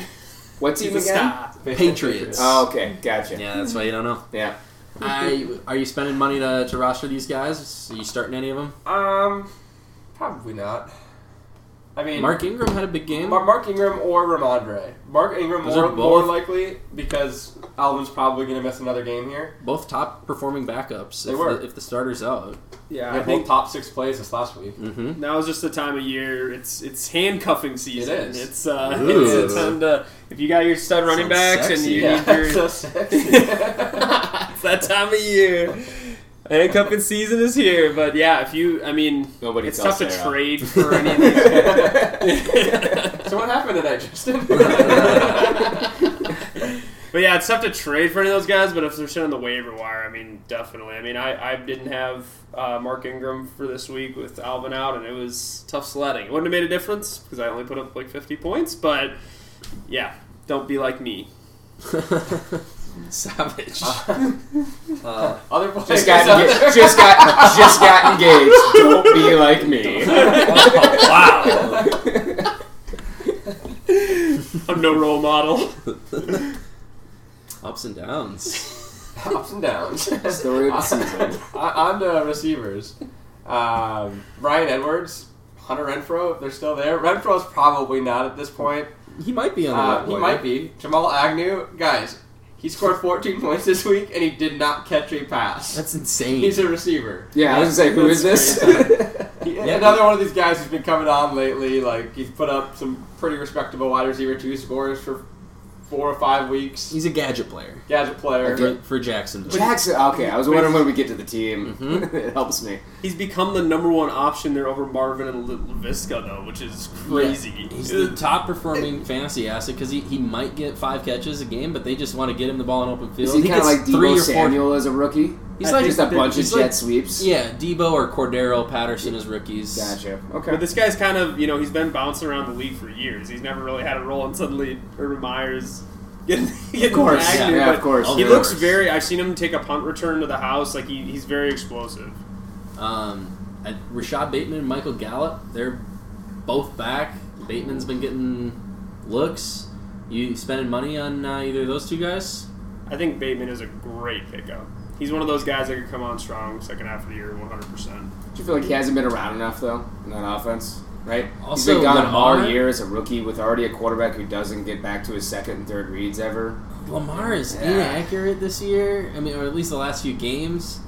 What team He's a again? star. Patriots. Oh, okay, gotcha. Yeah. Yeah, that's why you don't know. I, are you spending money to, to roster these guys? Are you starting any of them? Um, probably not. I mean, Mark Ingram had a big game. Mar- Mark Ingram or Ramondre. Mark Ingram Those more, are both- more likely because Alvin's probably going to miss another game here. Both top performing backups. They if, were. The, if the starter's out. Yeah, They I both think top six plays this last week. Mm-hmm. now is just the time of year. It's it's handcuffing season. It is. It's uh, Ooh. it's, it's time to if you got your stud running Sounds backs and sexy. you Yeah, need your so sexy. it's that time of year. Handcuffing season is here, but yeah, if you, I mean, Nobody it's tells tough to Sarah. trade for any of these. So what happened tonight, Justin? But yeah, it's tough to trade for any of those guys. But if they're sitting on the waiver wire, I mean, definitely. I mean, I, I didn't have uh, Mark Ingram for this week with Alvin out, and it was tough sledding. It wouldn't have made a difference because I only put up like 50 points. But yeah, don't be like me. Savage. uh, other players Just got, enga- just got, just got engaged. Don't be like me. wow, I'm no role model. Ups and downs. ups and downs. Story of the season. I, on to receivers. Um, Ryan Edwards, Hunter Renfro, if they're still there. Renfro's probably not at this point. He might be on the Uh, waiver he wire. might be. Jamal Agnew, guys, he scored 14 points this week and he did not catch a pass. That's insane. He's a receiver. Yeah, I was gonna say, who is this? He- Another one of these guys who's been coming on lately. Like he's put up some pretty respectable wide receiver two scores for four or five weeks. He's a gadget player Gadget player. for, for Jacksonville. Jackson. Okay, I was wondering when we get to the team. it helps me. He's become the number one option there over Marvin and L- LaVisca, though, which is crazy. Yeah. He's the top performing fantasy asset because he, he might get five catches a game, but they just want to get him the ball in open field. Is he, kind of gets like Debo Samuel as a rookie? He's I like- just a bunch of he's jet like- sweeps. Yeah, Debo or Cordero Patterson as rookies. Gotcha. But Okay. this guy's kind of, you know, he's been bouncing around the league for years. He's never really had a role, and suddenly Urban Meyer's getting, getting of course. Yeah, yeah, of course. He Of looks course. very. I've seen him take a punt return to the house. Like he, he's very explosive. Um, and Rashad Bateman and Michael Gallup, they're both back. Bateman's been getting looks. You spending money on uh, either of those two guys? I think Bateman is a great pickup. He's one of those guys that could come on strong second half of the year, 100%. Do you feel like he hasn't been around enough though in that offense? Right. Also, He's been gone all Lamar- year as a rookie with already a quarterback who doesn't get back to his second and third reads ever. Lamar is Yeah. inaccurate this year. I mean, or at least the last few games.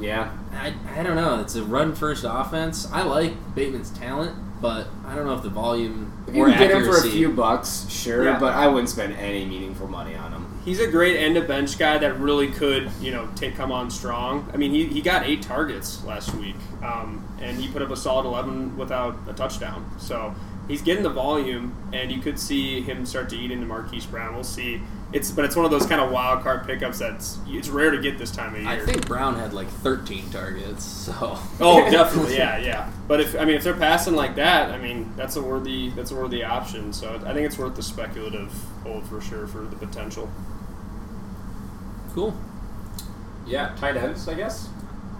Yeah. I, I don't know. It's a run first offense. I like Bateman's talent, but I don't know if the volume If you or can get him accuracy. for a few bucks, sure, Yeah. but I wouldn't spend any meaningful money on him. He's a great end of bench guy that really could, you know, take come on strong. I mean, he, he got eight targets last week, um, and he put up a solid 11 without a touchdown. So he's getting the volume, and you could see him start to eat into Marquise Brown. We'll see. It's but it's one of those kind of wild card pickups that's it's rare to get this time of year. I think Brown had like 13 targets. So Oh, definitely, yeah, yeah. But if I mean, if they're passing like that, I mean, that's a worthy that's a worthy option. So I think it's worth the speculative hold for sure for the potential. cool. Yeah, tight ends, I guess.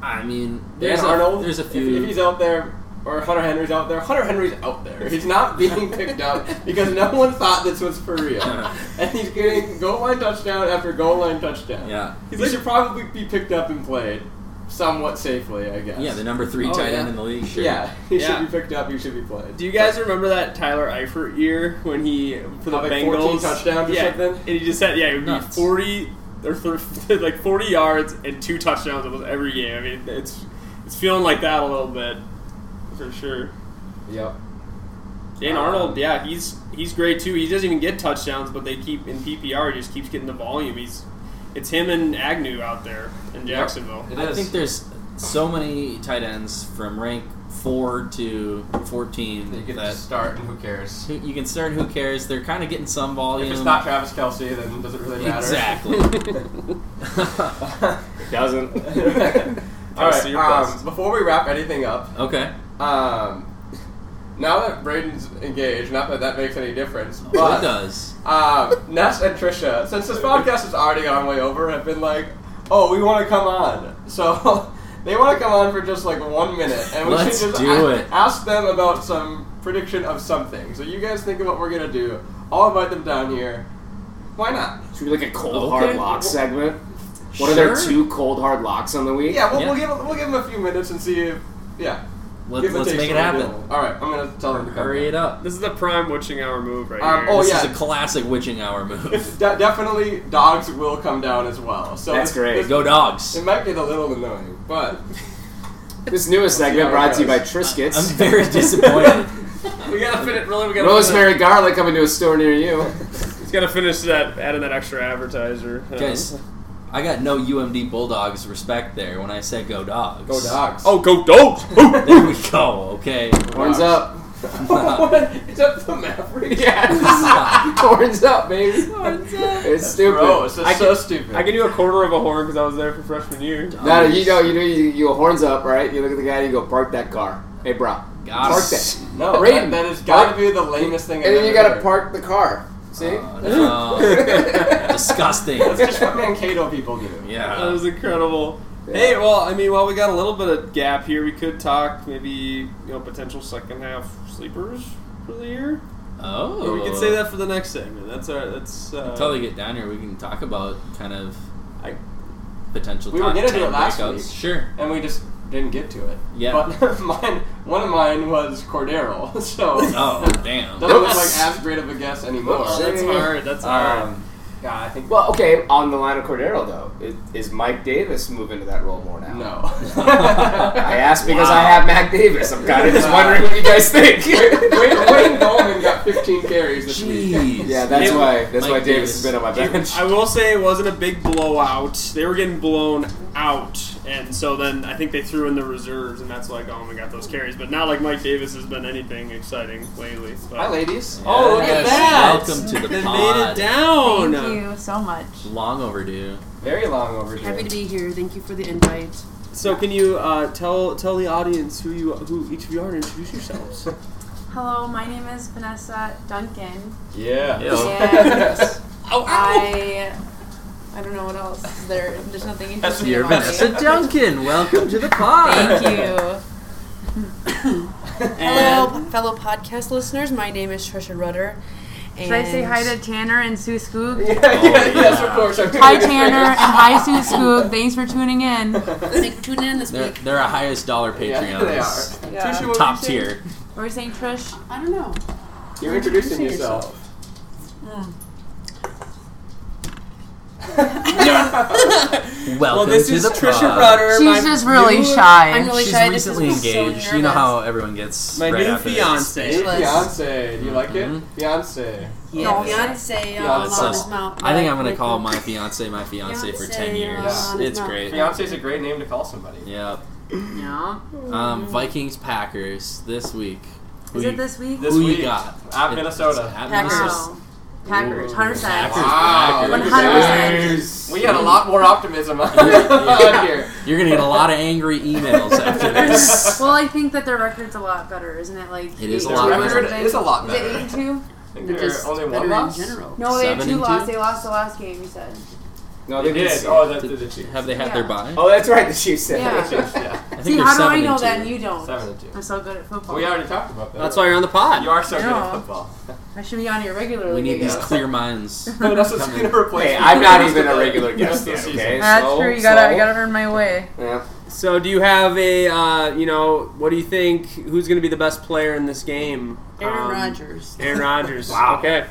I mean, Dan there's a, Arnold. there's a if- few. If, he's out there, or Hunter Henry's out there, Hunter Henry's out there. He's not being picked up because no one thought this was for real, and he's getting goal line touchdown after goal line touchdown. yeah. He should probably be picked up and played somewhat safely, I guess. Yeah, the number three Oh, tight yeah. end in the league. Sure. Yeah, he Yeah. should be picked up. He should be played. Do you guys remember that Tyler Eifert year when he for the Had, like, Bengals 14 touchdowns or yeah, something? and he just had yeah, it would Nuts. be forty or thir- like forty yards and two touchdowns almost every game. I mean, it's it's feeling like that a little bit for sure. Yep. Dan Um, Arnold, yeah, he's he's great too. He doesn't even get touchdowns, but they keep in PPR. He just keeps getting the volume. He's it's him and Agnew out there in Jacksonville. It I is. think there's so many tight ends from rank four to fourteen They get to that start, and who cares? who- you can start. Who cares? They're kind of getting some volume. If it's not Travis Kelsey, then it doesn't really matter. exactly. It doesn't. All right. Kelsey, you're Um, best. before we wrap anything up, okay. um, now that Braden's engaged, not that that makes any difference, Well, it but does. um, Ness and Trisha, since this podcast is already gone way over, have been like, "Oh, we want to come on," so they want to come on for just like one minute, and we Let's should just do a- it. ask them about some prediction of something. So you guys think of what we're gonna do. I'll invite them down here. Why not? Should we like a cold Okay. hard lock segment? What are their Sure. two cold hard locks on the week? Yeah, we'll, we'll Yeah. give them- we'll give them a few minutes and see if yeah. Let, give the us taste make it what we're happen. doing. All right, I'm gonna tell them to come Hurry it down. up. This is the prime witching hour move right Um, here. oh, this yeah. is a classic witching hour move. De- definitely, dogs will come down as well. So That's it's- great. it's- Go dogs. It might get a little annoying, but This newest how segment it brought to you by goes. I'm Triscuits. very disappointed. we gotta finish. Really, we gotta. Rosemary garlic coming to a store near you. Finish, gotta finish that adding that extra advertiser. Guys, I got no UMD Bulldogs respect there when I said go dogs. go dogs. Oh, go dogs! There we go, okay? Horns up. is that the Mavericks? Yeah. Horns up, baby. It's stupid. Bro, it's just I so stupid. I can do a quarter of a horn because I was there for freshman year. Oh, No, you know, you know, you, you go horns up, right? You look at the guy and you go, park that car. Hey, bro, Got park it. that. no, Braden, that, that has got park- to be the lamest thing. And I've then you ever gotta heard. park the car. See? Oh, no. Disgusting. That's just what Mankato people do. That Yeah. was incredible. Yeah. Hey, well, I mean, while we got a little bit of gap here, we could talk maybe you know potential second half sleepers for the year. Oh. Or we could say that for the next segment. That's our. That's uh, Until they get down here, we can talk about kind of I- potential. We were top gonna do 10 it last breakouts. week. Sure. And we just didn't get to it. Yeah. But mine, one of mine was Cordero, so Oh, damn. doesn't look Oops. like as great of a guess anymore. Oops. that's hard. That's hard. Um, Yeah, I think. Well, okay, on the line of Cordero though, i- is Mike Davis moving to that role more now? no. I asked because I have Mac Davis. I'm kind of just wondering what you guys think. Wayne, Wayne Goldman got 15 carries this week. Jeez. yeah, that's Yeah, why. That's Mike why Davis. Davis has been on my bench. I will say it wasn't a big blowout. They were getting blown out, and so then I think they threw in the reserves, and that's like, oh my god, those carries. But not like Mike Davis has been anything exciting lately. But. Hi, ladies. Oh, look at Yes, that! welcome to the they made pod. it down. Thank you so much. Long overdue. Very long overdue. Happy to be here. Thank you for the invite. So can you uh, tell tell the audience who you who each of you are and introduce yourselves? Hello, my name is Vanessa Duncan, Yeah. Yo. and Oh, I I don't know what else. There, there's nothing interesting Dear about Vanessa me. Duncan, welcome to the pod. Thank you. Hello, fellow podcast listeners. My name is Trisha Rudder. Should I say hi to Tanner and Sue Scoog? yeah, yes, of course. I'm Hi Tanner and hi Sue Scoog. Thanks for tuning in. Thanks for tuning in this They're, week. they're our highest dollar Yeah, they Patreons. are. Trisha, what Top were you saying? tier. We're saying Trish. I don't know. You're introducing Introduce yourself. Welcome Well, this to is the Trisha pod. Rudder. She's my just really new- shy. I'm really She's shy. This recently is so engaged. you know nervous. how everyone gets. My right new after this. Mm-hmm. fiance. Yes. Beyonce. Do you like it? Beyonce. Yeah, No. Beyonce. Yeah, Uh, it's Mama's us. Mouth. I think I'm gonna call my fiance my fiance for Fiancé, ten years. yeah. It's great. Yeah. Beyonce's Oh, a great name to call somebody. Yep. Yeah. Um, Vikings Packers this week. Who Is you- it this week? This Who you week got? at It- Minnesota. at Packers. Minnesota. Wow. Packers, hundred Packers. percent. Wow, Packers. look at that. 100%. We had a lot more optimism on here. You're gonna get a lot of angry emails after this. Well, I think that their record's a lot better, isn't it? Like It is a 82 lot or better. something? It is a lot Is it better. eighty-two? I think They're there just were only better one loss. in general. No, they had Seven and two two? lost. They lost the last game. You said. No, They they did. did. Oh, that did Did- the Chiefs. Have they had their bye? Oh, that's right. The Chiefs said. Yeah. Yeah, I think See, they're how do seven I know and that and two. you don't? seven and two. I'm so good at football. We already talked about that. That's why you're on the pod. you are so good at Yeah. football. I should be on your regular We league. need I these guess. clear minds. That's what's going to replace. Hey, you I'm for not the rest even of a the- regular the rest guest of yet. the season. Okay, That's so, true. You gotta, so, I gotta earn my way. Yeah. So do you have a uh, you know what do you think who's gonna be the best player in this game? Aaron Um, Rodgers. Aaron Rodgers. Wow. Okay.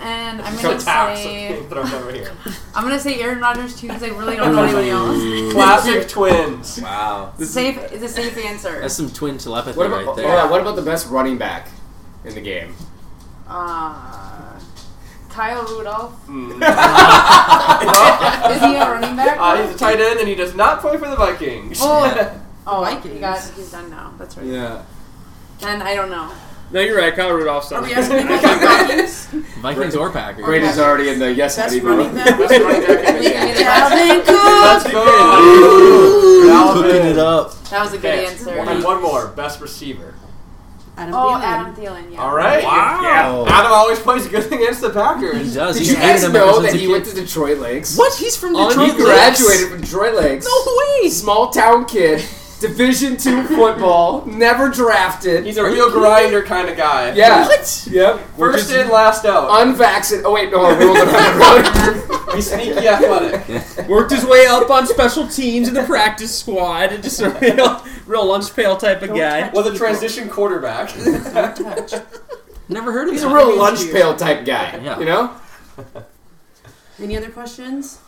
And I'm So gonna taps. say, Throw them over here. I'm gonna say Aaron Rodgers too because I really don't know anybody else. Classic twins. Wow. Safe is a safe answer. That's some twin telepathy What about? right there. hold on, what about the best running back in the game? Uh, Kyle Rudolph. Mm. Is he a running back? Hmm. Uh, he's a tight end and he does not play for the Vikings. Oh. oh, Vikings. he got, he's done now. That's right. yeah. And I don't know. No, you're right. Kyle Rudolph's Are on. we the- asking about the Vikings? Vikings or Packers. Grade is already in the yes Best buddy running mode. back. Best running back in the game. Dalvin Cook. Let's go. Cooking it up. That was a good Okay. And answer. one more. Best receiver. Adam Oh, Thielen. Adam Thielen. Yeah. All right. Wow. Yeah. Adam always plays good against the He Packers. does. Did He's you hated guys him ever know since that he he came- went to Detroit Lakes? What? He's from Oh, Detroit. he Lakes? graduated from Detroit Lakes. No way. Small town kid, Division two football, never drafted. He's a real grinder kind of guy. yeah. What? Yep. First in, last out. Unvaccinated. Oh wait, no, I rolled it out. He's sneaky athletic. Worked his way up on special teams in the practice squad, and just a real, real lunch pail type of guy. Was a transition quarterback. Never heard of He's him. a real lunch pail type guy. Yeah. You know. Any other questions?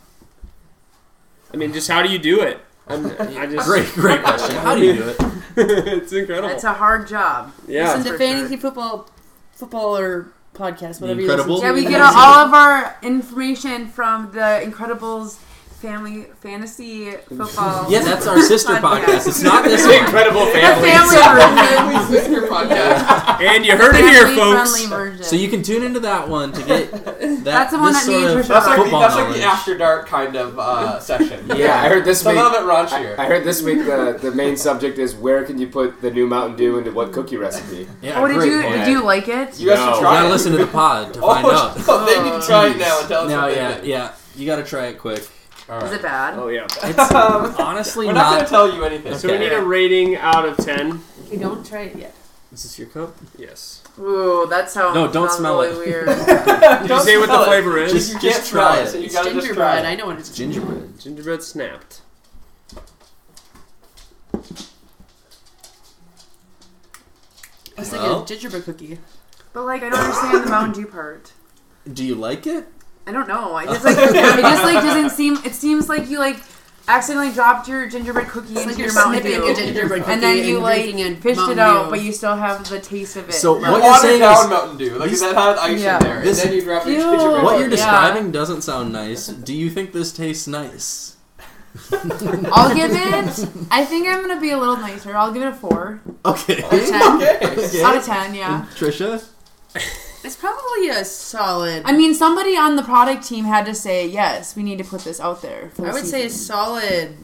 I mean, just how do you do it? I'm, I just Great, great question. How do you do it? it's incredible. It's a hard job. Yeah. Listen to for fantasy sure. football, football or podcast, whatever. Incredible. You Yeah, listen we to. get all of our information from the Incredibles family fantasy football. Yeah, that's our sister podcast. It's not this It's one. incredible the family version. Sister podcast. And you heard it here, folks. Family-friendly version. So you can tune into that one to get that. That's the one this that sort me and of Trisha That's like, the, football that's like the knowledge. after dark kind of uh, session. Yeah, I heard this It's a week. little bit raunchier. I, I heard this week the, the main subject is where can you put the new Mountain Dew into what cookie recipe? Yeah, oh, did great you point. did you like it? you No. guys should You try gotta it. listen to the pod to Oh, find out. no, they need to try it now and tell us Now, what they yeah, think. yeah, you gotta try it quick. All Is right. it bad? Oh, yeah. It's Um, honestly We're not going not. to tell you anything. Okay. So we need a rating out of ten. We don't try it yet. Is this your cup? Yes. Ooh, that sounds No, don't sounds smell really it. Weird. Did you say what the flavor is? Just- You can't just try try it, it. so you It's gotta just try gingerbread. I it. know what it's Gingerbread. Gingerbread snapped. It's Well. like a gingerbread cookie. but like, I don't understand the Mountain Dew part. Do you like it? I don't know. I just like it just like doesn't seem. It seems like you like accidentally dropped your gingerbread cookie It's into like you're your Mountain snipping Dew, a gingerbread cookie and then you like drinking a fished it Mountain out, Dew. but you still have the taste of it. So Right. What you're Watered saying down is- Mountain Dew. Like, these- is that had ice Yeah. in there? This- and then you dropped your Ew. gingerbread What you're cookie. describing doesn't sound nice. Do you think this tastes nice? I'll give it. I think I'm gonna be a little nicer. I'll give it a four Okay. Out of 10. Okay. out of ten. Yeah. Trisha? It's probably a solid. I mean, somebody on the product team had to say yes. We need to put this out there. for I would say a season." solid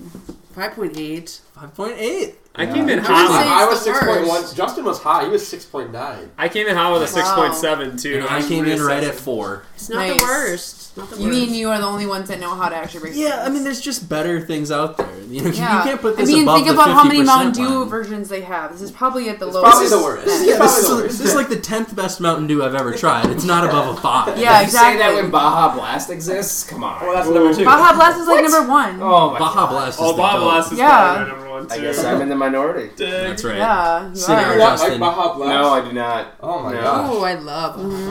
5.8. 5.8 I came in I hot. would say I was it's the six point one. worst. Justin was high. He was six point nine. I came in hot with a six Wow. point seven too. and I was came in right reassessing. at 4 It's not Nice. the worst. It's Not the You worst. mean you are the only ones that know how to actually break? yeah I things. mean there's just better things out there you, know, Yeah. you can't put I this mean, above think the about how many 50% Mountain Dew line. versions they have. This is probably at the It's lowest. probably the worst. end. yeah, this, Probably the is, worst. this is like the 10th best Mountain Dew I've ever tried it's not above a 5 Yeah, You say that exactly. when Baja Blast exists? Come on. Well, that's number two. Baja Blast is like number one. Oh my Baja God. Blast is Oh, the Bob dope. Blast is Yeah. probably my number one too. I guess I'm in the minority. that's right Yeah, you Cigarette. Do you are. not like Justin. Baja Blast? No, I do not. Oh my No. gosh. Oh, I love Mm-hmm.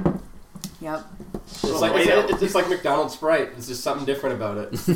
Blast. Yep. It's like, Wait, it's, it's, it's like McDonald's Sprite. It's just something different about it. why, It's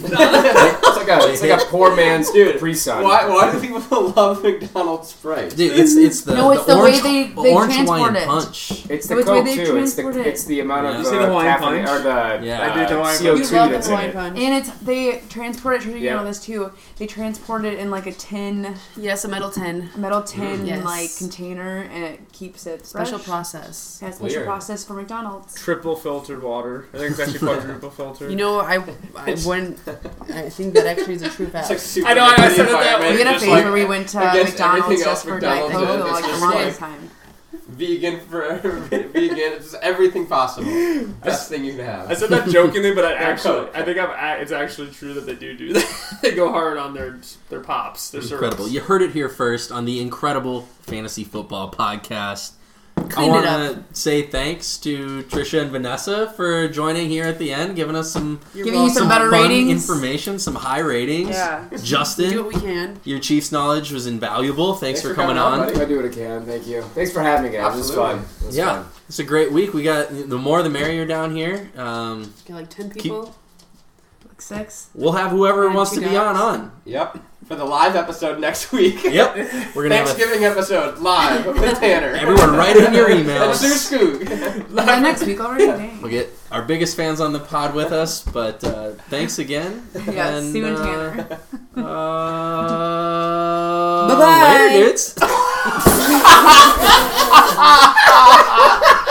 like a, it's like a poor man's Dude, pre-son. why do people love McDonald's Sprite? Dude, it's it's the No, it's the way orange, they- they orange transport Hawaiian it. punch. It's the Which way coke they too. It's transport the it. it's the amount Yeah. of You uh, see the Hawaiian caffeine punch? or the Yeah. I did uh, the Hawaiian CO2 You love the that's in Hawaiian it. Punch. And it's they transport it. Sure, you Yeah. know this too. They transport it in like a tin, Yes, a metal 10. a metal tin Yes. like container, and it keeps it Special fresh. process. Yeah, special Weird. process for McDonald's. Triple filtered water. I think it's actually quadruple filtered. You know, I, I went. I think that actually is a true It's fact. like super I know, I- I said it that environment, We had a just favor. like we went to against McDonald's everything just else for Diet McDonald's is. Coke like It's the just longest like- time. vegan for vegan. It's just everything possible. Best thing you can I have. said that jokingly, but I actually, Coke. I think I'm, a- it's actually true that they do do that. they go hard on their their pops, their Incredible. syrups. You heard it here first on the Incredible Fantasy Football Podcast. I Cleaned it want up. to say thanks to Trisha and Vanessa for joining here at the end, giving us some, Giving you some some better fun ratings. information, some high ratings. Yeah. We do Justin, what we can. your Chiefs knowledge was invaluable. Thanks, for, coming, on. buddy. I do what I can. Thank you. Thanks for having me, guys. This was fun. Absolutely. It was Yeah, fun. it's a great week. We got the more the merrier down here. Um, Got like 10 people. Like six. we'll have whoever And wants two to be on dogs. on. Yep. For the live episode next week. Yep, we're gonna have a, Thanksgiving episode live with Tanner. everyone write in your emails. And Sue Skoog. Is that next week already? Dang. We'll get our biggest fans on the pod with us, but uh, thanks again. Yeah, Sue and uh, Tanner. Uh, Bye-bye. Later, dudes. Oh,